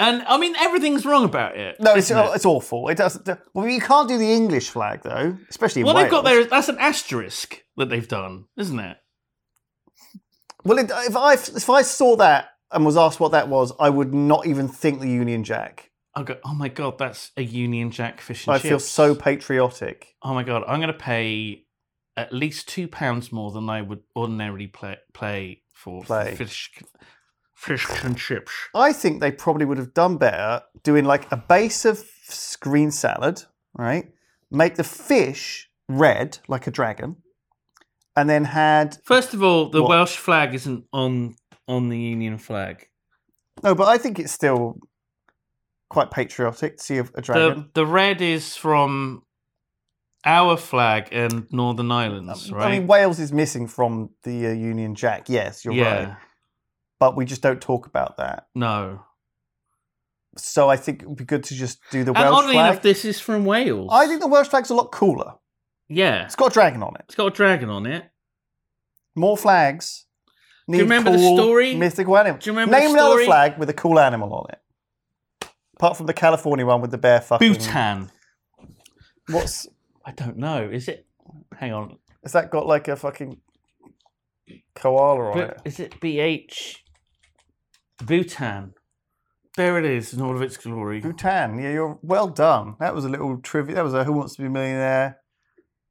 [SPEAKER 2] And I mean everything's wrong about it.
[SPEAKER 3] no, it's, oh,
[SPEAKER 2] isn't it?
[SPEAKER 3] it's awful. It doesn't. Well, you can't do the English flag though, especially. in
[SPEAKER 2] what they've got
[SPEAKER 3] Wales.
[SPEAKER 2] there is that's an asterisk that they've done, isn't it?
[SPEAKER 3] Well, it, if I if I saw that and was asked what that was, I would not even think the Union Jack.
[SPEAKER 2] I go, oh my god, that's a Union Jack fish and
[SPEAKER 3] I
[SPEAKER 2] chips.
[SPEAKER 3] feel so patriotic.
[SPEAKER 2] oh my god, I'm going to pay at least two pounds more than I would ordinarily play, play for
[SPEAKER 3] Play.
[SPEAKER 2] fish, fish and chips.
[SPEAKER 3] I think they probably would have done better doing like a base of s- green salad, right? Make the fish red like a dragon, and then had
[SPEAKER 2] First of all, the
[SPEAKER 3] What?
[SPEAKER 2] Welsh flag isn't on on the Union flag.
[SPEAKER 3] no. But I think it's still quite patriotic to see a, a
[SPEAKER 2] The
[SPEAKER 3] dragon.
[SPEAKER 2] the red is from our flag and Northern Islands, right?
[SPEAKER 3] I mean, Wales is missing from the uh, Union Jack. Yes, you're
[SPEAKER 2] yeah,
[SPEAKER 3] right. But we just don't talk about that.
[SPEAKER 2] no.
[SPEAKER 3] So I think it would be good to just do the
[SPEAKER 2] and
[SPEAKER 3] Welsh
[SPEAKER 2] oddly
[SPEAKER 3] flag.
[SPEAKER 2] enough, this is from Wales.
[SPEAKER 3] I think the Welsh flag's a lot cooler.
[SPEAKER 2] yeah,
[SPEAKER 3] It's got a dragon on it.
[SPEAKER 2] it's got a dragon on it.
[SPEAKER 3] More flags.
[SPEAKER 2] you remember the
[SPEAKER 3] cool
[SPEAKER 2] story?
[SPEAKER 3] Mythical animal.
[SPEAKER 2] Do you remember the
[SPEAKER 3] Name another
[SPEAKER 2] story?
[SPEAKER 3] flag with a cool animal on it. Apart from the California one with the bear fucking.
[SPEAKER 2] Bhutan.
[SPEAKER 3] What's
[SPEAKER 2] I don't know. Is it? Hang on.
[SPEAKER 3] has that got like a fucking koala on
[SPEAKER 2] Bu-
[SPEAKER 3] it?
[SPEAKER 2] Is it BH? Bhutan. There it is in all of its glory.
[SPEAKER 3] Hmm? Bhutan. Yeah, you're well done. That was a little trivia. That was a Who Wants to Be a Millionaire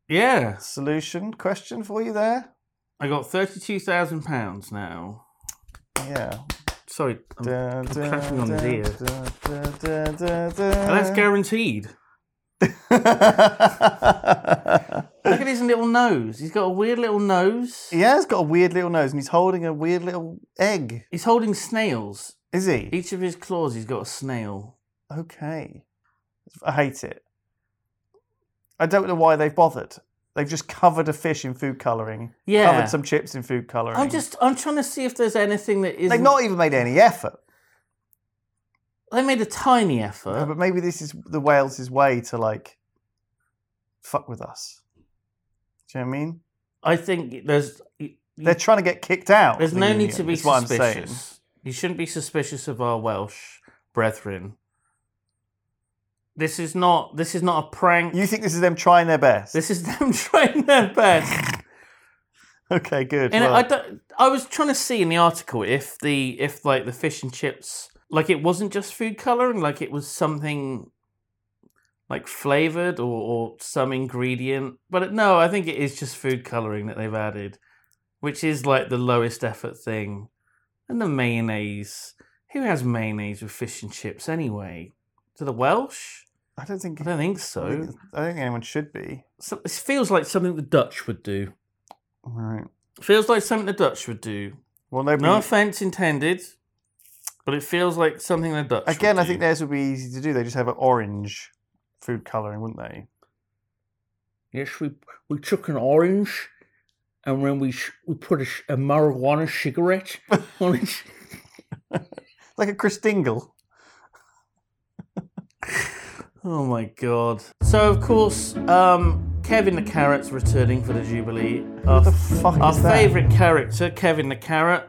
[SPEAKER 2] Yeah.
[SPEAKER 3] solution question for you there.
[SPEAKER 2] I got £32,000 now.
[SPEAKER 3] Yeah.
[SPEAKER 2] Sorry. I'm-
[SPEAKER 3] Da, da,
[SPEAKER 2] clapping on his
[SPEAKER 3] da,
[SPEAKER 2] ear.
[SPEAKER 3] da, da, da, da,
[SPEAKER 2] and that's guaranteed.
[SPEAKER 3] da.
[SPEAKER 2] Look at his little nose. He's got a weird little nose.
[SPEAKER 3] He has got a weird little nose and he's holding a weird little egg.
[SPEAKER 2] He's holding snails.
[SPEAKER 3] Is he?
[SPEAKER 2] Each of his claws, he's got a snail.
[SPEAKER 3] Okay. I hate it. I don't know why they've bothered. They've just covered a fish in food colouring.
[SPEAKER 2] Yeah.
[SPEAKER 3] Covered some chips in food colouring.
[SPEAKER 2] I'm just, I'm trying to see if there's anything that is.
[SPEAKER 3] They've not e- even made any effort.
[SPEAKER 2] They made a tiny effort.
[SPEAKER 3] Uh, But maybe this is the Wales' way to like fuck with us. Do you know what I mean?
[SPEAKER 2] I think there's.
[SPEAKER 3] They're trying to get kicked out.
[SPEAKER 2] Mm. There's
[SPEAKER 3] of the
[SPEAKER 2] no need
[SPEAKER 3] union,
[SPEAKER 2] to be
[SPEAKER 3] is what I'm saying.
[SPEAKER 2] suspicious. You shouldn't be suspicious of our Welsh brethren. This is not. This is not a prank.
[SPEAKER 3] You think this is them trying their best?
[SPEAKER 2] This is them trying their best.
[SPEAKER 3] okay, good.
[SPEAKER 2] And
[SPEAKER 3] well,
[SPEAKER 2] I don't, I was trying to see in the article if the if like the fish and chips like it wasn't just food coloring, like it was something like flavored or, or some ingredient. But it- no, I think it is just food coloring that they've added, which is like the lowest effort thing. and the mayonnaise. Who has mayonnaise with fish and chips anyway? To the Welsh?
[SPEAKER 3] I don't think.
[SPEAKER 2] I don't think
[SPEAKER 3] I
[SPEAKER 2] so.
[SPEAKER 3] think- I don't think anyone should be.
[SPEAKER 2] so this feels like something the Dutch would do.
[SPEAKER 3] Right.
[SPEAKER 2] Feels like something the Dutch would do.
[SPEAKER 3] Well, nobody.
[SPEAKER 2] No offense intended, but it feels like something the Dutch. would
[SPEAKER 3] Again, I
[SPEAKER 2] do.
[SPEAKER 3] think theirs would be easy to do. They just have an orange food coloring, wouldn't they?
[SPEAKER 2] Yes, we we took an orange, and then we sh- we put a, sh- a marijuana cigarette on it.
[SPEAKER 3] Like a Christingle.
[SPEAKER 2] Oh my god! So of course, um, Kevin the Carrot's returning for the Jubilee. Our,
[SPEAKER 3] the fuck
[SPEAKER 2] our
[SPEAKER 3] is that?
[SPEAKER 2] favorite character, Kevin the Carrot.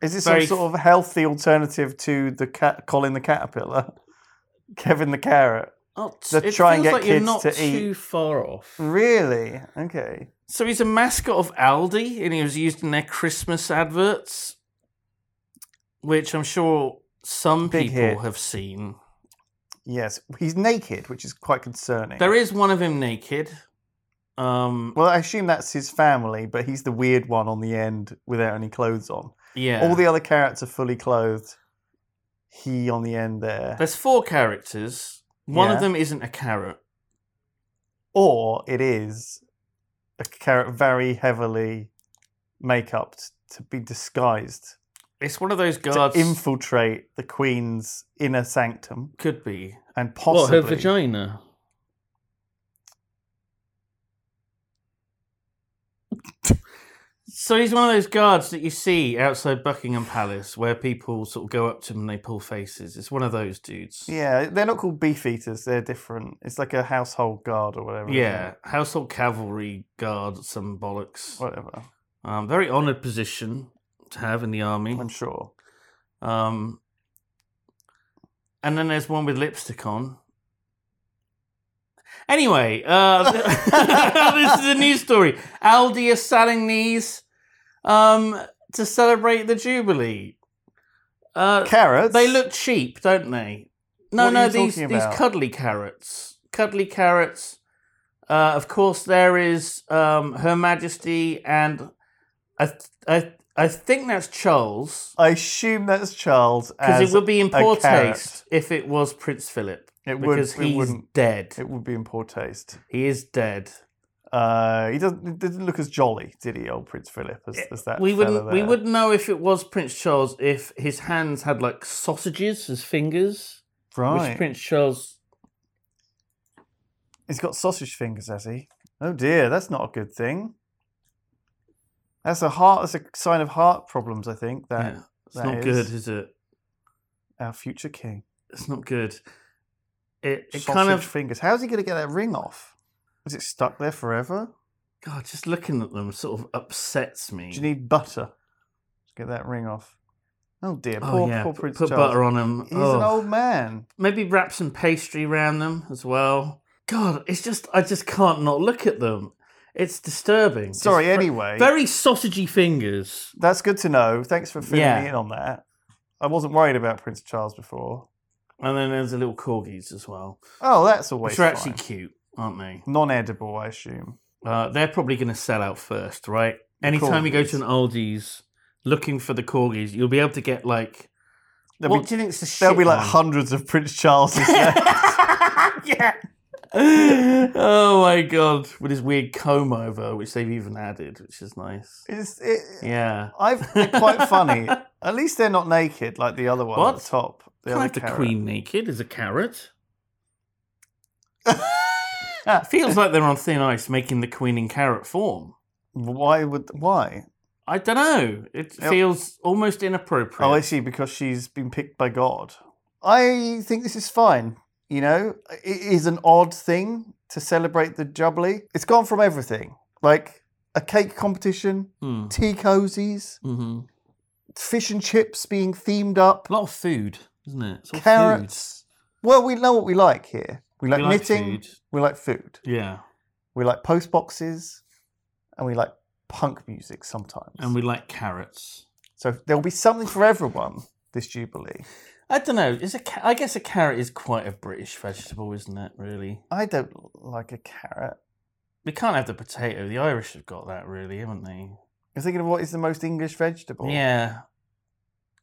[SPEAKER 3] Is this
[SPEAKER 2] Very-
[SPEAKER 3] some sort of healthy alternative to the cat, Colin the caterpillar, Kevin the carrot?
[SPEAKER 2] Oh, t-
[SPEAKER 3] They're
[SPEAKER 2] it
[SPEAKER 3] trying to
[SPEAKER 2] feels
[SPEAKER 3] get
[SPEAKER 2] like you're
[SPEAKER 3] kids
[SPEAKER 2] not
[SPEAKER 3] to eat.
[SPEAKER 2] too far off.
[SPEAKER 3] Really? Okay.
[SPEAKER 2] So he's a mascot of Aldi, and he was used in their Christmas adverts, which I'm sure some
[SPEAKER 3] Big
[SPEAKER 2] people
[SPEAKER 3] hit.
[SPEAKER 2] have seen.
[SPEAKER 3] Yes, he's naked, which is quite concerning.
[SPEAKER 2] There is one of him naked. Um,
[SPEAKER 3] Well, I assume that's his family, but he's the weird one on the end without any clothes on.
[SPEAKER 2] yeah.
[SPEAKER 3] All the other carrots are fully clothed. He on the end there.
[SPEAKER 2] There's four characters. One
[SPEAKER 3] Yeah.
[SPEAKER 2] of them isn't a carrot.
[SPEAKER 3] Or it is a carrot very heavily make up to be disguised
[SPEAKER 2] It's one of those
[SPEAKER 3] to
[SPEAKER 2] guards.
[SPEAKER 3] infiltrate the queen's inner sanctum
[SPEAKER 2] could be.
[SPEAKER 3] and possibly
[SPEAKER 2] What, her vagina? so he's one of those guards that you see outside Buckingham Palace where people sort of go up to him and they pull faces. It's one of those dudes.
[SPEAKER 3] Yeah, they're not called beef eaters. They're different. It's like a household guard or whatever. isn't
[SPEAKER 2] Yeah,
[SPEAKER 3] it?
[SPEAKER 2] household cavalry guard, some bollocks.
[SPEAKER 3] whatever.
[SPEAKER 2] Um, very honoured position to have in the army.
[SPEAKER 3] I'm sure.
[SPEAKER 2] Um, and then there's one with lipstick on. Anyway, uh, this is a news story. Aldi is selling these um, to celebrate the Jubilee. Uh,
[SPEAKER 3] Carrots.
[SPEAKER 2] they look cheap, don't they? No,
[SPEAKER 3] What are
[SPEAKER 2] no,
[SPEAKER 3] you
[SPEAKER 2] these
[SPEAKER 3] talking
[SPEAKER 2] these
[SPEAKER 3] about?
[SPEAKER 2] cuddly carrots, cuddly carrots. Uh, of course, there is um, Her Majesty, and I, th- I, th- I think that's Charles.
[SPEAKER 3] I assume that's Charles.
[SPEAKER 2] Because
[SPEAKER 3] as
[SPEAKER 2] it would be in
[SPEAKER 3] a
[SPEAKER 2] poor
[SPEAKER 3] carrot.
[SPEAKER 2] taste if it was Prince Philip.
[SPEAKER 3] It would.
[SPEAKER 2] because
[SPEAKER 3] It
[SPEAKER 2] he's
[SPEAKER 3] wouldn't.
[SPEAKER 2] dead.
[SPEAKER 3] It would be in poor taste.
[SPEAKER 2] He is dead.
[SPEAKER 3] Uh, he doesn't. He didn't look as jolly, did he, old Prince Philip? As, as that.
[SPEAKER 2] Eh, we
[SPEAKER 3] fella
[SPEAKER 2] wouldn't we
[SPEAKER 3] there?
[SPEAKER 2] wouldn't know if it was Prince Charles if his hands had like sausages as fingers. Which
[SPEAKER 3] Right.
[SPEAKER 2] Prince Charles
[SPEAKER 3] He's got sausage fingers, has he? Oh dear, that's not a good thing. That's a heart. That's a sign of heart problems. I think that
[SPEAKER 2] Yeah, it's
[SPEAKER 3] that
[SPEAKER 2] not
[SPEAKER 3] is-
[SPEAKER 2] good, is it?
[SPEAKER 3] our future king.
[SPEAKER 2] It's not good. It, it
[SPEAKER 3] sausage
[SPEAKER 2] kind of
[SPEAKER 3] fingers. How's he going to get that ring off? Is it stuck there forever?
[SPEAKER 2] God, just looking at them sort of upsets me.
[SPEAKER 3] Do you need butter to get that ring off? Oh dear,
[SPEAKER 2] oh,
[SPEAKER 3] poor,
[SPEAKER 2] yeah.
[SPEAKER 3] poor
[SPEAKER 2] put-
[SPEAKER 3] Prince
[SPEAKER 2] put
[SPEAKER 3] Charles.
[SPEAKER 2] butter on Oh. them.
[SPEAKER 3] He's an old man.
[SPEAKER 2] maybe wrap some pastry around them as well. God, it's just I just can't not look at them. It's disturbing. Just
[SPEAKER 3] Sorry,
[SPEAKER 2] ver-
[SPEAKER 3] anyway.
[SPEAKER 2] Very sausagey fingers.
[SPEAKER 3] That's good to know. Thanks for filling
[SPEAKER 2] Yeah.
[SPEAKER 3] me in on that. I wasn't worried about Prince Charles before.
[SPEAKER 2] And then there's the little corgis as well,
[SPEAKER 3] Oh, that's always
[SPEAKER 2] which are actually
[SPEAKER 3] fine.
[SPEAKER 2] cute, aren't they?
[SPEAKER 3] non-edible, I assume.
[SPEAKER 2] Uh, they're probably going to sell out first, right? Anytime you go to an Aldi's looking for the corgis, you'll be able to get like.
[SPEAKER 3] There'll
[SPEAKER 2] what
[SPEAKER 3] be,
[SPEAKER 2] do you think's the shit?
[SPEAKER 3] there'll be like
[SPEAKER 2] one?
[SPEAKER 3] hundreds of Prince Charles's. there.
[SPEAKER 2] yeah. oh my god, with his weird comb over, which they've even added, which is nice.
[SPEAKER 3] It's, it,
[SPEAKER 2] Yeah.
[SPEAKER 3] I've they're quite funny. At least they're not naked like the other one
[SPEAKER 2] What?
[SPEAKER 3] at the top. The
[SPEAKER 2] Can't
[SPEAKER 3] other
[SPEAKER 2] have the
[SPEAKER 3] carrot.
[SPEAKER 2] queen naked as a carrot. Feels like they're on thin ice making the queen in carrot form.
[SPEAKER 3] Why would why?
[SPEAKER 2] I don't know. It
[SPEAKER 3] Yep.
[SPEAKER 2] feels almost inappropriate.
[SPEAKER 3] Oh, I see. Because she's been picked by God. I think this is fine. You know, it is an odd thing to celebrate the Jubilee. It's gone from everything like a cake competition,
[SPEAKER 2] Hmm.
[SPEAKER 3] tea cozies,
[SPEAKER 2] Mhm.
[SPEAKER 3] fish and chips being themed up.
[SPEAKER 2] A lot of food, isn't it? It's all
[SPEAKER 3] Carrots. Well, we know what we like here. We like
[SPEAKER 2] We like
[SPEAKER 3] knitting.
[SPEAKER 2] food.
[SPEAKER 3] we like food.
[SPEAKER 2] food. Yeah.
[SPEAKER 3] We like post boxes, and we like punk music sometimes.
[SPEAKER 2] And we like carrots.
[SPEAKER 3] so there will be something for everyone this Jubilee.
[SPEAKER 2] I don't know. Is a ca- I guess a carrot is quite a British vegetable, isn't it? Really,
[SPEAKER 3] I don't like a carrot.
[SPEAKER 2] we can't have the potato. The Irish have got that, really, haven't they? Oh.
[SPEAKER 3] You're thinking of what is the most English vegetable?
[SPEAKER 2] Yeah.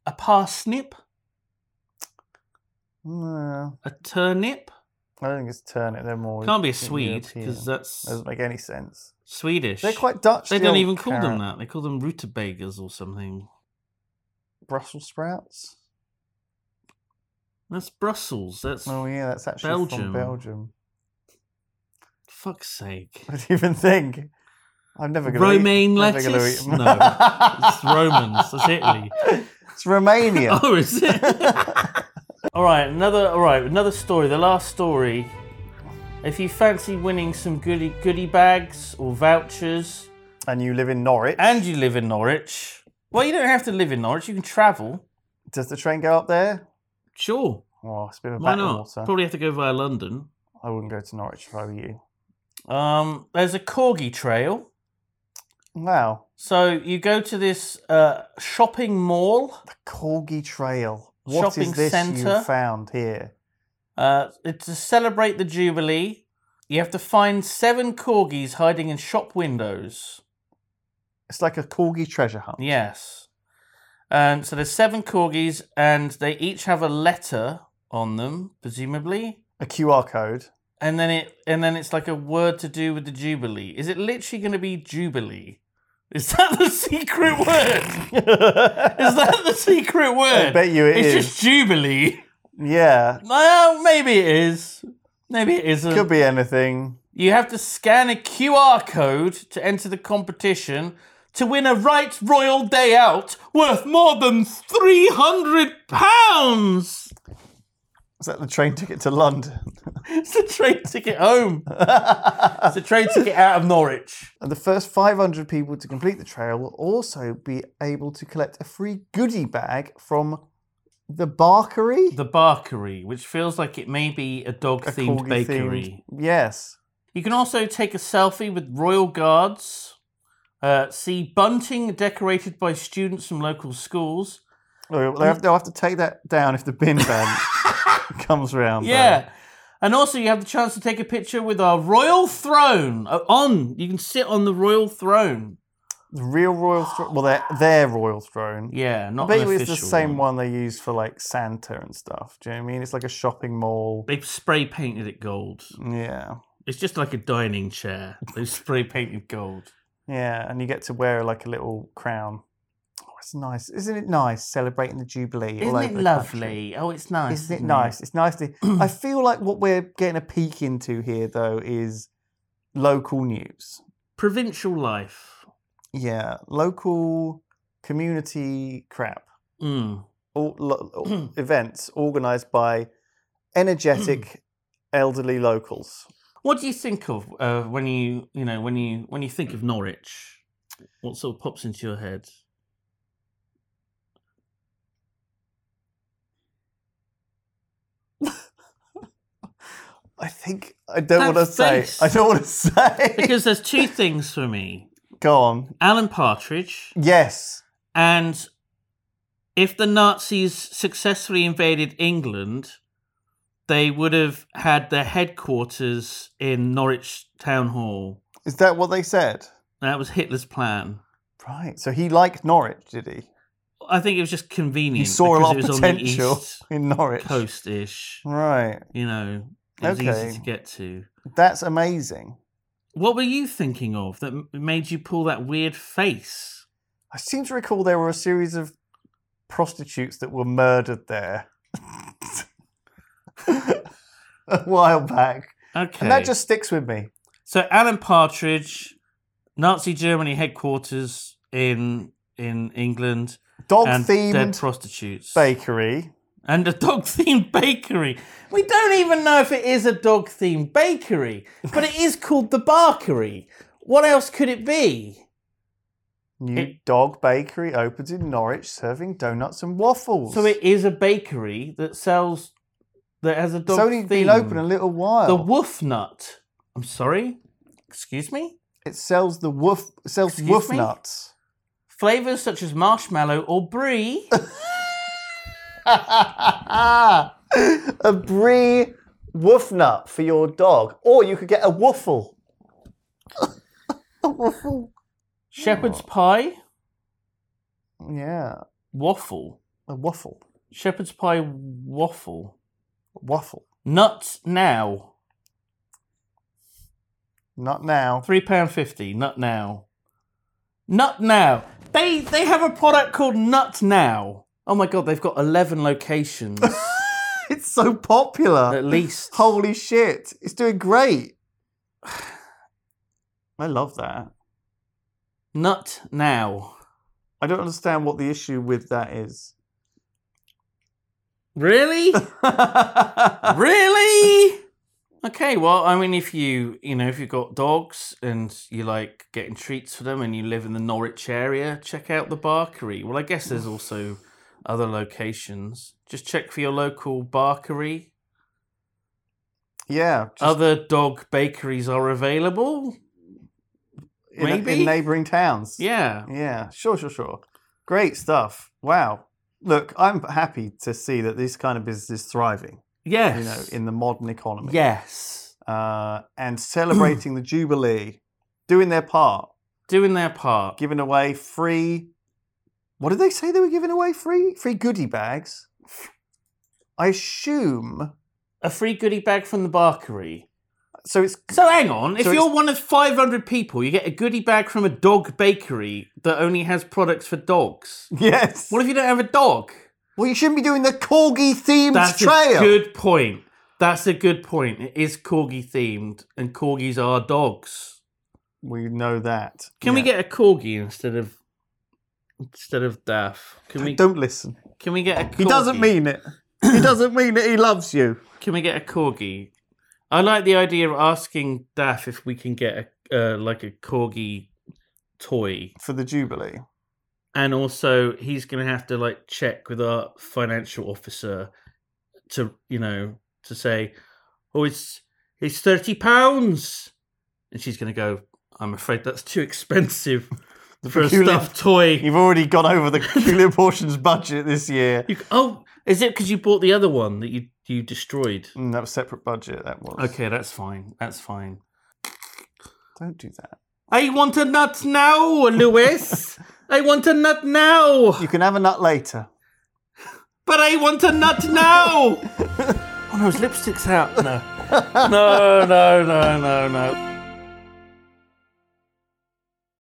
[SPEAKER 2] a parsnip,
[SPEAKER 3] No,
[SPEAKER 2] a turnip.
[SPEAKER 3] I don't think it's turnip. They're more.
[SPEAKER 2] Can't be a
[SPEAKER 3] Eu-
[SPEAKER 2] Swede because
[SPEAKER 3] European.
[SPEAKER 2] that's
[SPEAKER 3] doesn't make any sense.
[SPEAKER 2] Swedish.
[SPEAKER 3] They're quite Dutch.
[SPEAKER 2] They
[SPEAKER 3] the
[SPEAKER 2] don't
[SPEAKER 3] old
[SPEAKER 2] even call them
[SPEAKER 3] carrot.
[SPEAKER 2] that. They call them rutabagas or something.
[SPEAKER 3] Brussels sprouts.
[SPEAKER 2] That's Brussels. That's
[SPEAKER 3] Oh yeah, that's actually
[SPEAKER 2] Belgium.
[SPEAKER 3] from Belgium.
[SPEAKER 2] fuck's sake.
[SPEAKER 3] What do you even think? I'm never going to
[SPEAKER 2] Romaine
[SPEAKER 3] eat, never gonna
[SPEAKER 2] lettuce?
[SPEAKER 3] eat-
[SPEAKER 2] No. It's Romans. That's Italy.
[SPEAKER 3] It's Romania.
[SPEAKER 2] Oh, is it? all right, another. All right, another story. The last story. If you fancy winning some goodie goodie bags or vouchers,
[SPEAKER 3] and you live in Norwich.
[SPEAKER 2] and you live in Norwich, well, you don't have to live in Norwich. You can travel.
[SPEAKER 3] Does the train go up there?
[SPEAKER 2] Sure,
[SPEAKER 3] Oh, it's a bit of a
[SPEAKER 2] why
[SPEAKER 3] back
[SPEAKER 2] not?
[SPEAKER 3] water.
[SPEAKER 2] Probably have to go via London.
[SPEAKER 3] I wouldn't go to Norwich if I were you.
[SPEAKER 2] Um, there's a corgi trail.
[SPEAKER 3] Wow.
[SPEAKER 2] So you go to this uh, shopping mall.
[SPEAKER 3] The Corgi Trail. What is
[SPEAKER 2] Shopping
[SPEAKER 3] this
[SPEAKER 2] centre.
[SPEAKER 3] you found here?
[SPEAKER 2] Uh, it's to celebrate the Jubilee. You have to find seven corgis hiding in shop windows.
[SPEAKER 3] It's like a Corgi treasure hunt.
[SPEAKER 2] Yes. Um, so there's seven corgis, and they each have a letter on them, presumably.
[SPEAKER 3] A QR code.
[SPEAKER 2] And then it, and then it's like a word to do with the Jubilee. Is it literally going to be Jubilee? Is that the secret word? Is that the secret word?
[SPEAKER 3] I bet you it
[SPEAKER 2] it's
[SPEAKER 3] is.
[SPEAKER 2] just Jubilee.
[SPEAKER 3] Yeah.
[SPEAKER 2] Well, maybe it is. Maybe it isn't.
[SPEAKER 3] Could be anything.
[SPEAKER 2] You have to scan a QR code to enter the competition to win a right royal day out worth more than three hundred pounds.
[SPEAKER 3] Is that the train ticket to London?
[SPEAKER 2] It's a train ticket home. it's a train ticket out of Norwich.
[SPEAKER 3] And the first 500 people to complete the trail will also be able to collect a free goodie bag from the Barkery.
[SPEAKER 2] The Barkery, which feels like it may be a dog
[SPEAKER 3] A
[SPEAKER 2] themed
[SPEAKER 3] corgi-themed-
[SPEAKER 2] bakery.
[SPEAKER 3] Yes.
[SPEAKER 2] You can also take a selfie with royal guards. Uh, see bunting decorated by students from local schools.
[SPEAKER 3] Oh, They'll have, they'll have to take that down if the bin ban comes round. though.
[SPEAKER 2] Yeah. And also, you have the chance to take a picture with our royal throne. Uh, on, you can sit on the royal throne.
[SPEAKER 3] The real royal throne. Well, their, their royal throne.
[SPEAKER 2] Yeah,
[SPEAKER 3] I
[SPEAKER 2] not
[SPEAKER 3] bet
[SPEAKER 2] an
[SPEAKER 3] you it's the
[SPEAKER 2] official
[SPEAKER 3] same one they use for like Santa and stuff. Do you know what I mean? It's like a shopping mall.
[SPEAKER 2] They've spray painted it gold.
[SPEAKER 3] Yeah.
[SPEAKER 2] It's just like a dining chair. They've spray painted gold.
[SPEAKER 3] Yeah. And you get to wear like a little crown. Oh, it's nice. Isn't it nice celebrating the Jubilee? all
[SPEAKER 2] Isn't
[SPEAKER 3] over
[SPEAKER 2] it
[SPEAKER 3] the
[SPEAKER 2] lovely?
[SPEAKER 3] country?
[SPEAKER 2] Oh, it's nice.
[SPEAKER 3] Isn't it nice? It's nice to. I feel like what we're getting a peek into here, though, is local news.
[SPEAKER 2] Provincial life.
[SPEAKER 3] Yeah, local community crap.
[SPEAKER 2] Mm.
[SPEAKER 3] All, lo, all- events organised by energetic elderly locals.
[SPEAKER 2] What do you think of uh, when you you know when you when you think of Norwich? What sort of pops into your head?
[SPEAKER 3] I think I don't
[SPEAKER 2] That
[SPEAKER 3] want to say.
[SPEAKER 2] face.
[SPEAKER 3] I don't want to say.
[SPEAKER 2] Because there's two things for me:
[SPEAKER 3] Go on.
[SPEAKER 2] Alan Partridge
[SPEAKER 3] Yes.
[SPEAKER 2] And if the Nazis successfully invaded England, they would have had their headquarters in Norwich Town Hall.
[SPEAKER 3] Is that what they said?
[SPEAKER 2] That was Hitler's plan.
[SPEAKER 3] Right. So he liked Norwich, did he?
[SPEAKER 2] I think it was just convenient.
[SPEAKER 3] He saw a
[SPEAKER 2] because
[SPEAKER 3] lot
[SPEAKER 2] it
[SPEAKER 3] of
[SPEAKER 2] was on
[SPEAKER 3] potential
[SPEAKER 2] the east
[SPEAKER 3] in Norwich.
[SPEAKER 2] coast ish.
[SPEAKER 3] Right.
[SPEAKER 2] You know, it was
[SPEAKER 3] Okay.
[SPEAKER 2] easy to get to.
[SPEAKER 3] That's amazing.
[SPEAKER 2] What were you thinking of that m- made you pull that weird face?
[SPEAKER 3] I seem to recall there were a series of prostitutes that were murdered there a while back,
[SPEAKER 2] Okay.
[SPEAKER 3] and that just sticks with me.
[SPEAKER 2] So Alan Partridge, Nazi Germany headquarters in in England,
[SPEAKER 3] Dog
[SPEAKER 2] and dead
[SPEAKER 3] themed
[SPEAKER 2] prostitutes,
[SPEAKER 3] bakery.
[SPEAKER 2] and a dog themed bakery. We don't even know if it is a dog themed bakery, but it is called the Barkery. What else could it be?
[SPEAKER 3] New
[SPEAKER 2] It-
[SPEAKER 3] dog bakery opens in Norwich, serving donuts and waffles.
[SPEAKER 2] So it is a bakery that sells that has a dog.
[SPEAKER 3] it's only been
[SPEAKER 2] theme.
[SPEAKER 3] open a little while.
[SPEAKER 2] The Woof Nut. I'm sorry. Excuse me.
[SPEAKER 3] it sells the woof it sells
[SPEAKER 2] Excuse
[SPEAKER 3] woof
[SPEAKER 2] me?
[SPEAKER 3] nuts.
[SPEAKER 2] Flavors such as marshmallow or brie.
[SPEAKER 3] a brie woof nut for your dog, or you could get a waffle. a waffle.
[SPEAKER 2] Shepherd's pie,
[SPEAKER 3] Yeah,
[SPEAKER 2] waffle.
[SPEAKER 3] a A waffle.
[SPEAKER 2] Shepherd's pie waffle.
[SPEAKER 3] Waffle.
[SPEAKER 2] Nuts now.
[SPEAKER 3] Not now.
[SPEAKER 2] Three pound fifty. Nut now. Nut now. They they have a product called Nut Now. Oh my god, they've got eleven locations
[SPEAKER 3] It's so popular.
[SPEAKER 2] at least.
[SPEAKER 3] Holy shit. It's doing great. I love that.
[SPEAKER 2] Nut Now.
[SPEAKER 3] I don't understand what the issue with that is.
[SPEAKER 2] Really? really? Okay, well, I mean, if you you know if you've got dogs and you like getting treats for them, and you live in the Norwich area, check out the Barkery. Well, I guess there's also other locations. Just check for your local Barkery.
[SPEAKER 3] yeah. just
[SPEAKER 2] Other dog bakeries are available.
[SPEAKER 3] in,
[SPEAKER 2] maybe?
[SPEAKER 3] in neighboring towns.
[SPEAKER 2] Yeah,
[SPEAKER 3] Yeah, sure, sure, sure. Great stuff. Wow. Look, I'm happy to see that this kind of business is thriving,
[SPEAKER 2] yes,
[SPEAKER 3] you know, in the modern economy.
[SPEAKER 2] yes,
[SPEAKER 3] Uh, and celebrating the Jubilee, doing their part,
[SPEAKER 2] doing their part.
[SPEAKER 3] giving away free. What did they say they were giving away free? Free goodie bags. I assume.
[SPEAKER 2] A free goodie bag from the Barkery.
[SPEAKER 3] So it's
[SPEAKER 2] So hang on, if
[SPEAKER 3] So it's-
[SPEAKER 2] you're one of 500 people, you get a goodie bag from a dog bakery that only has products for dogs.
[SPEAKER 3] yes.
[SPEAKER 2] What if you don't have a dog?
[SPEAKER 3] well, you shouldn't be doing the corgi themed
[SPEAKER 2] That's
[SPEAKER 3] trail.
[SPEAKER 2] a good point. That's a good point. It is corgi themed, and corgis are dogs.
[SPEAKER 3] We know that.
[SPEAKER 2] Can we
[SPEAKER 3] Yeah.
[SPEAKER 2] get a corgi instead of instead of Daff? Can we?
[SPEAKER 3] Don't listen.
[SPEAKER 2] Can we get a? Corgi?
[SPEAKER 3] He doesn't mean it. He doesn't mean it. He loves you.
[SPEAKER 2] Can we get a corgi? I like the idea of asking Daff if we can get a uh, like a corgi toy
[SPEAKER 3] for the Jubilee.
[SPEAKER 2] and also he's going to have to like check with our financial officer to you know to say oh it's it's 30 pounds and she's going to go i'm afraid that's too expensive for a
[SPEAKER 3] peculiar-
[SPEAKER 2] stuffed toy
[SPEAKER 3] You've already gone over the Julia Portion's budget this year.
[SPEAKER 2] you, oh is it because you bought the other one that you you destroyed
[SPEAKER 3] Mm, that was separate budget. That was.
[SPEAKER 2] okay that's fine that's fine
[SPEAKER 3] Don't do that.
[SPEAKER 2] i want a nut now lewis i want a nut now
[SPEAKER 3] You can have a nut later.
[SPEAKER 2] But I want a nut now! oh no, his lipstick's out. No. No, no, no, no, no.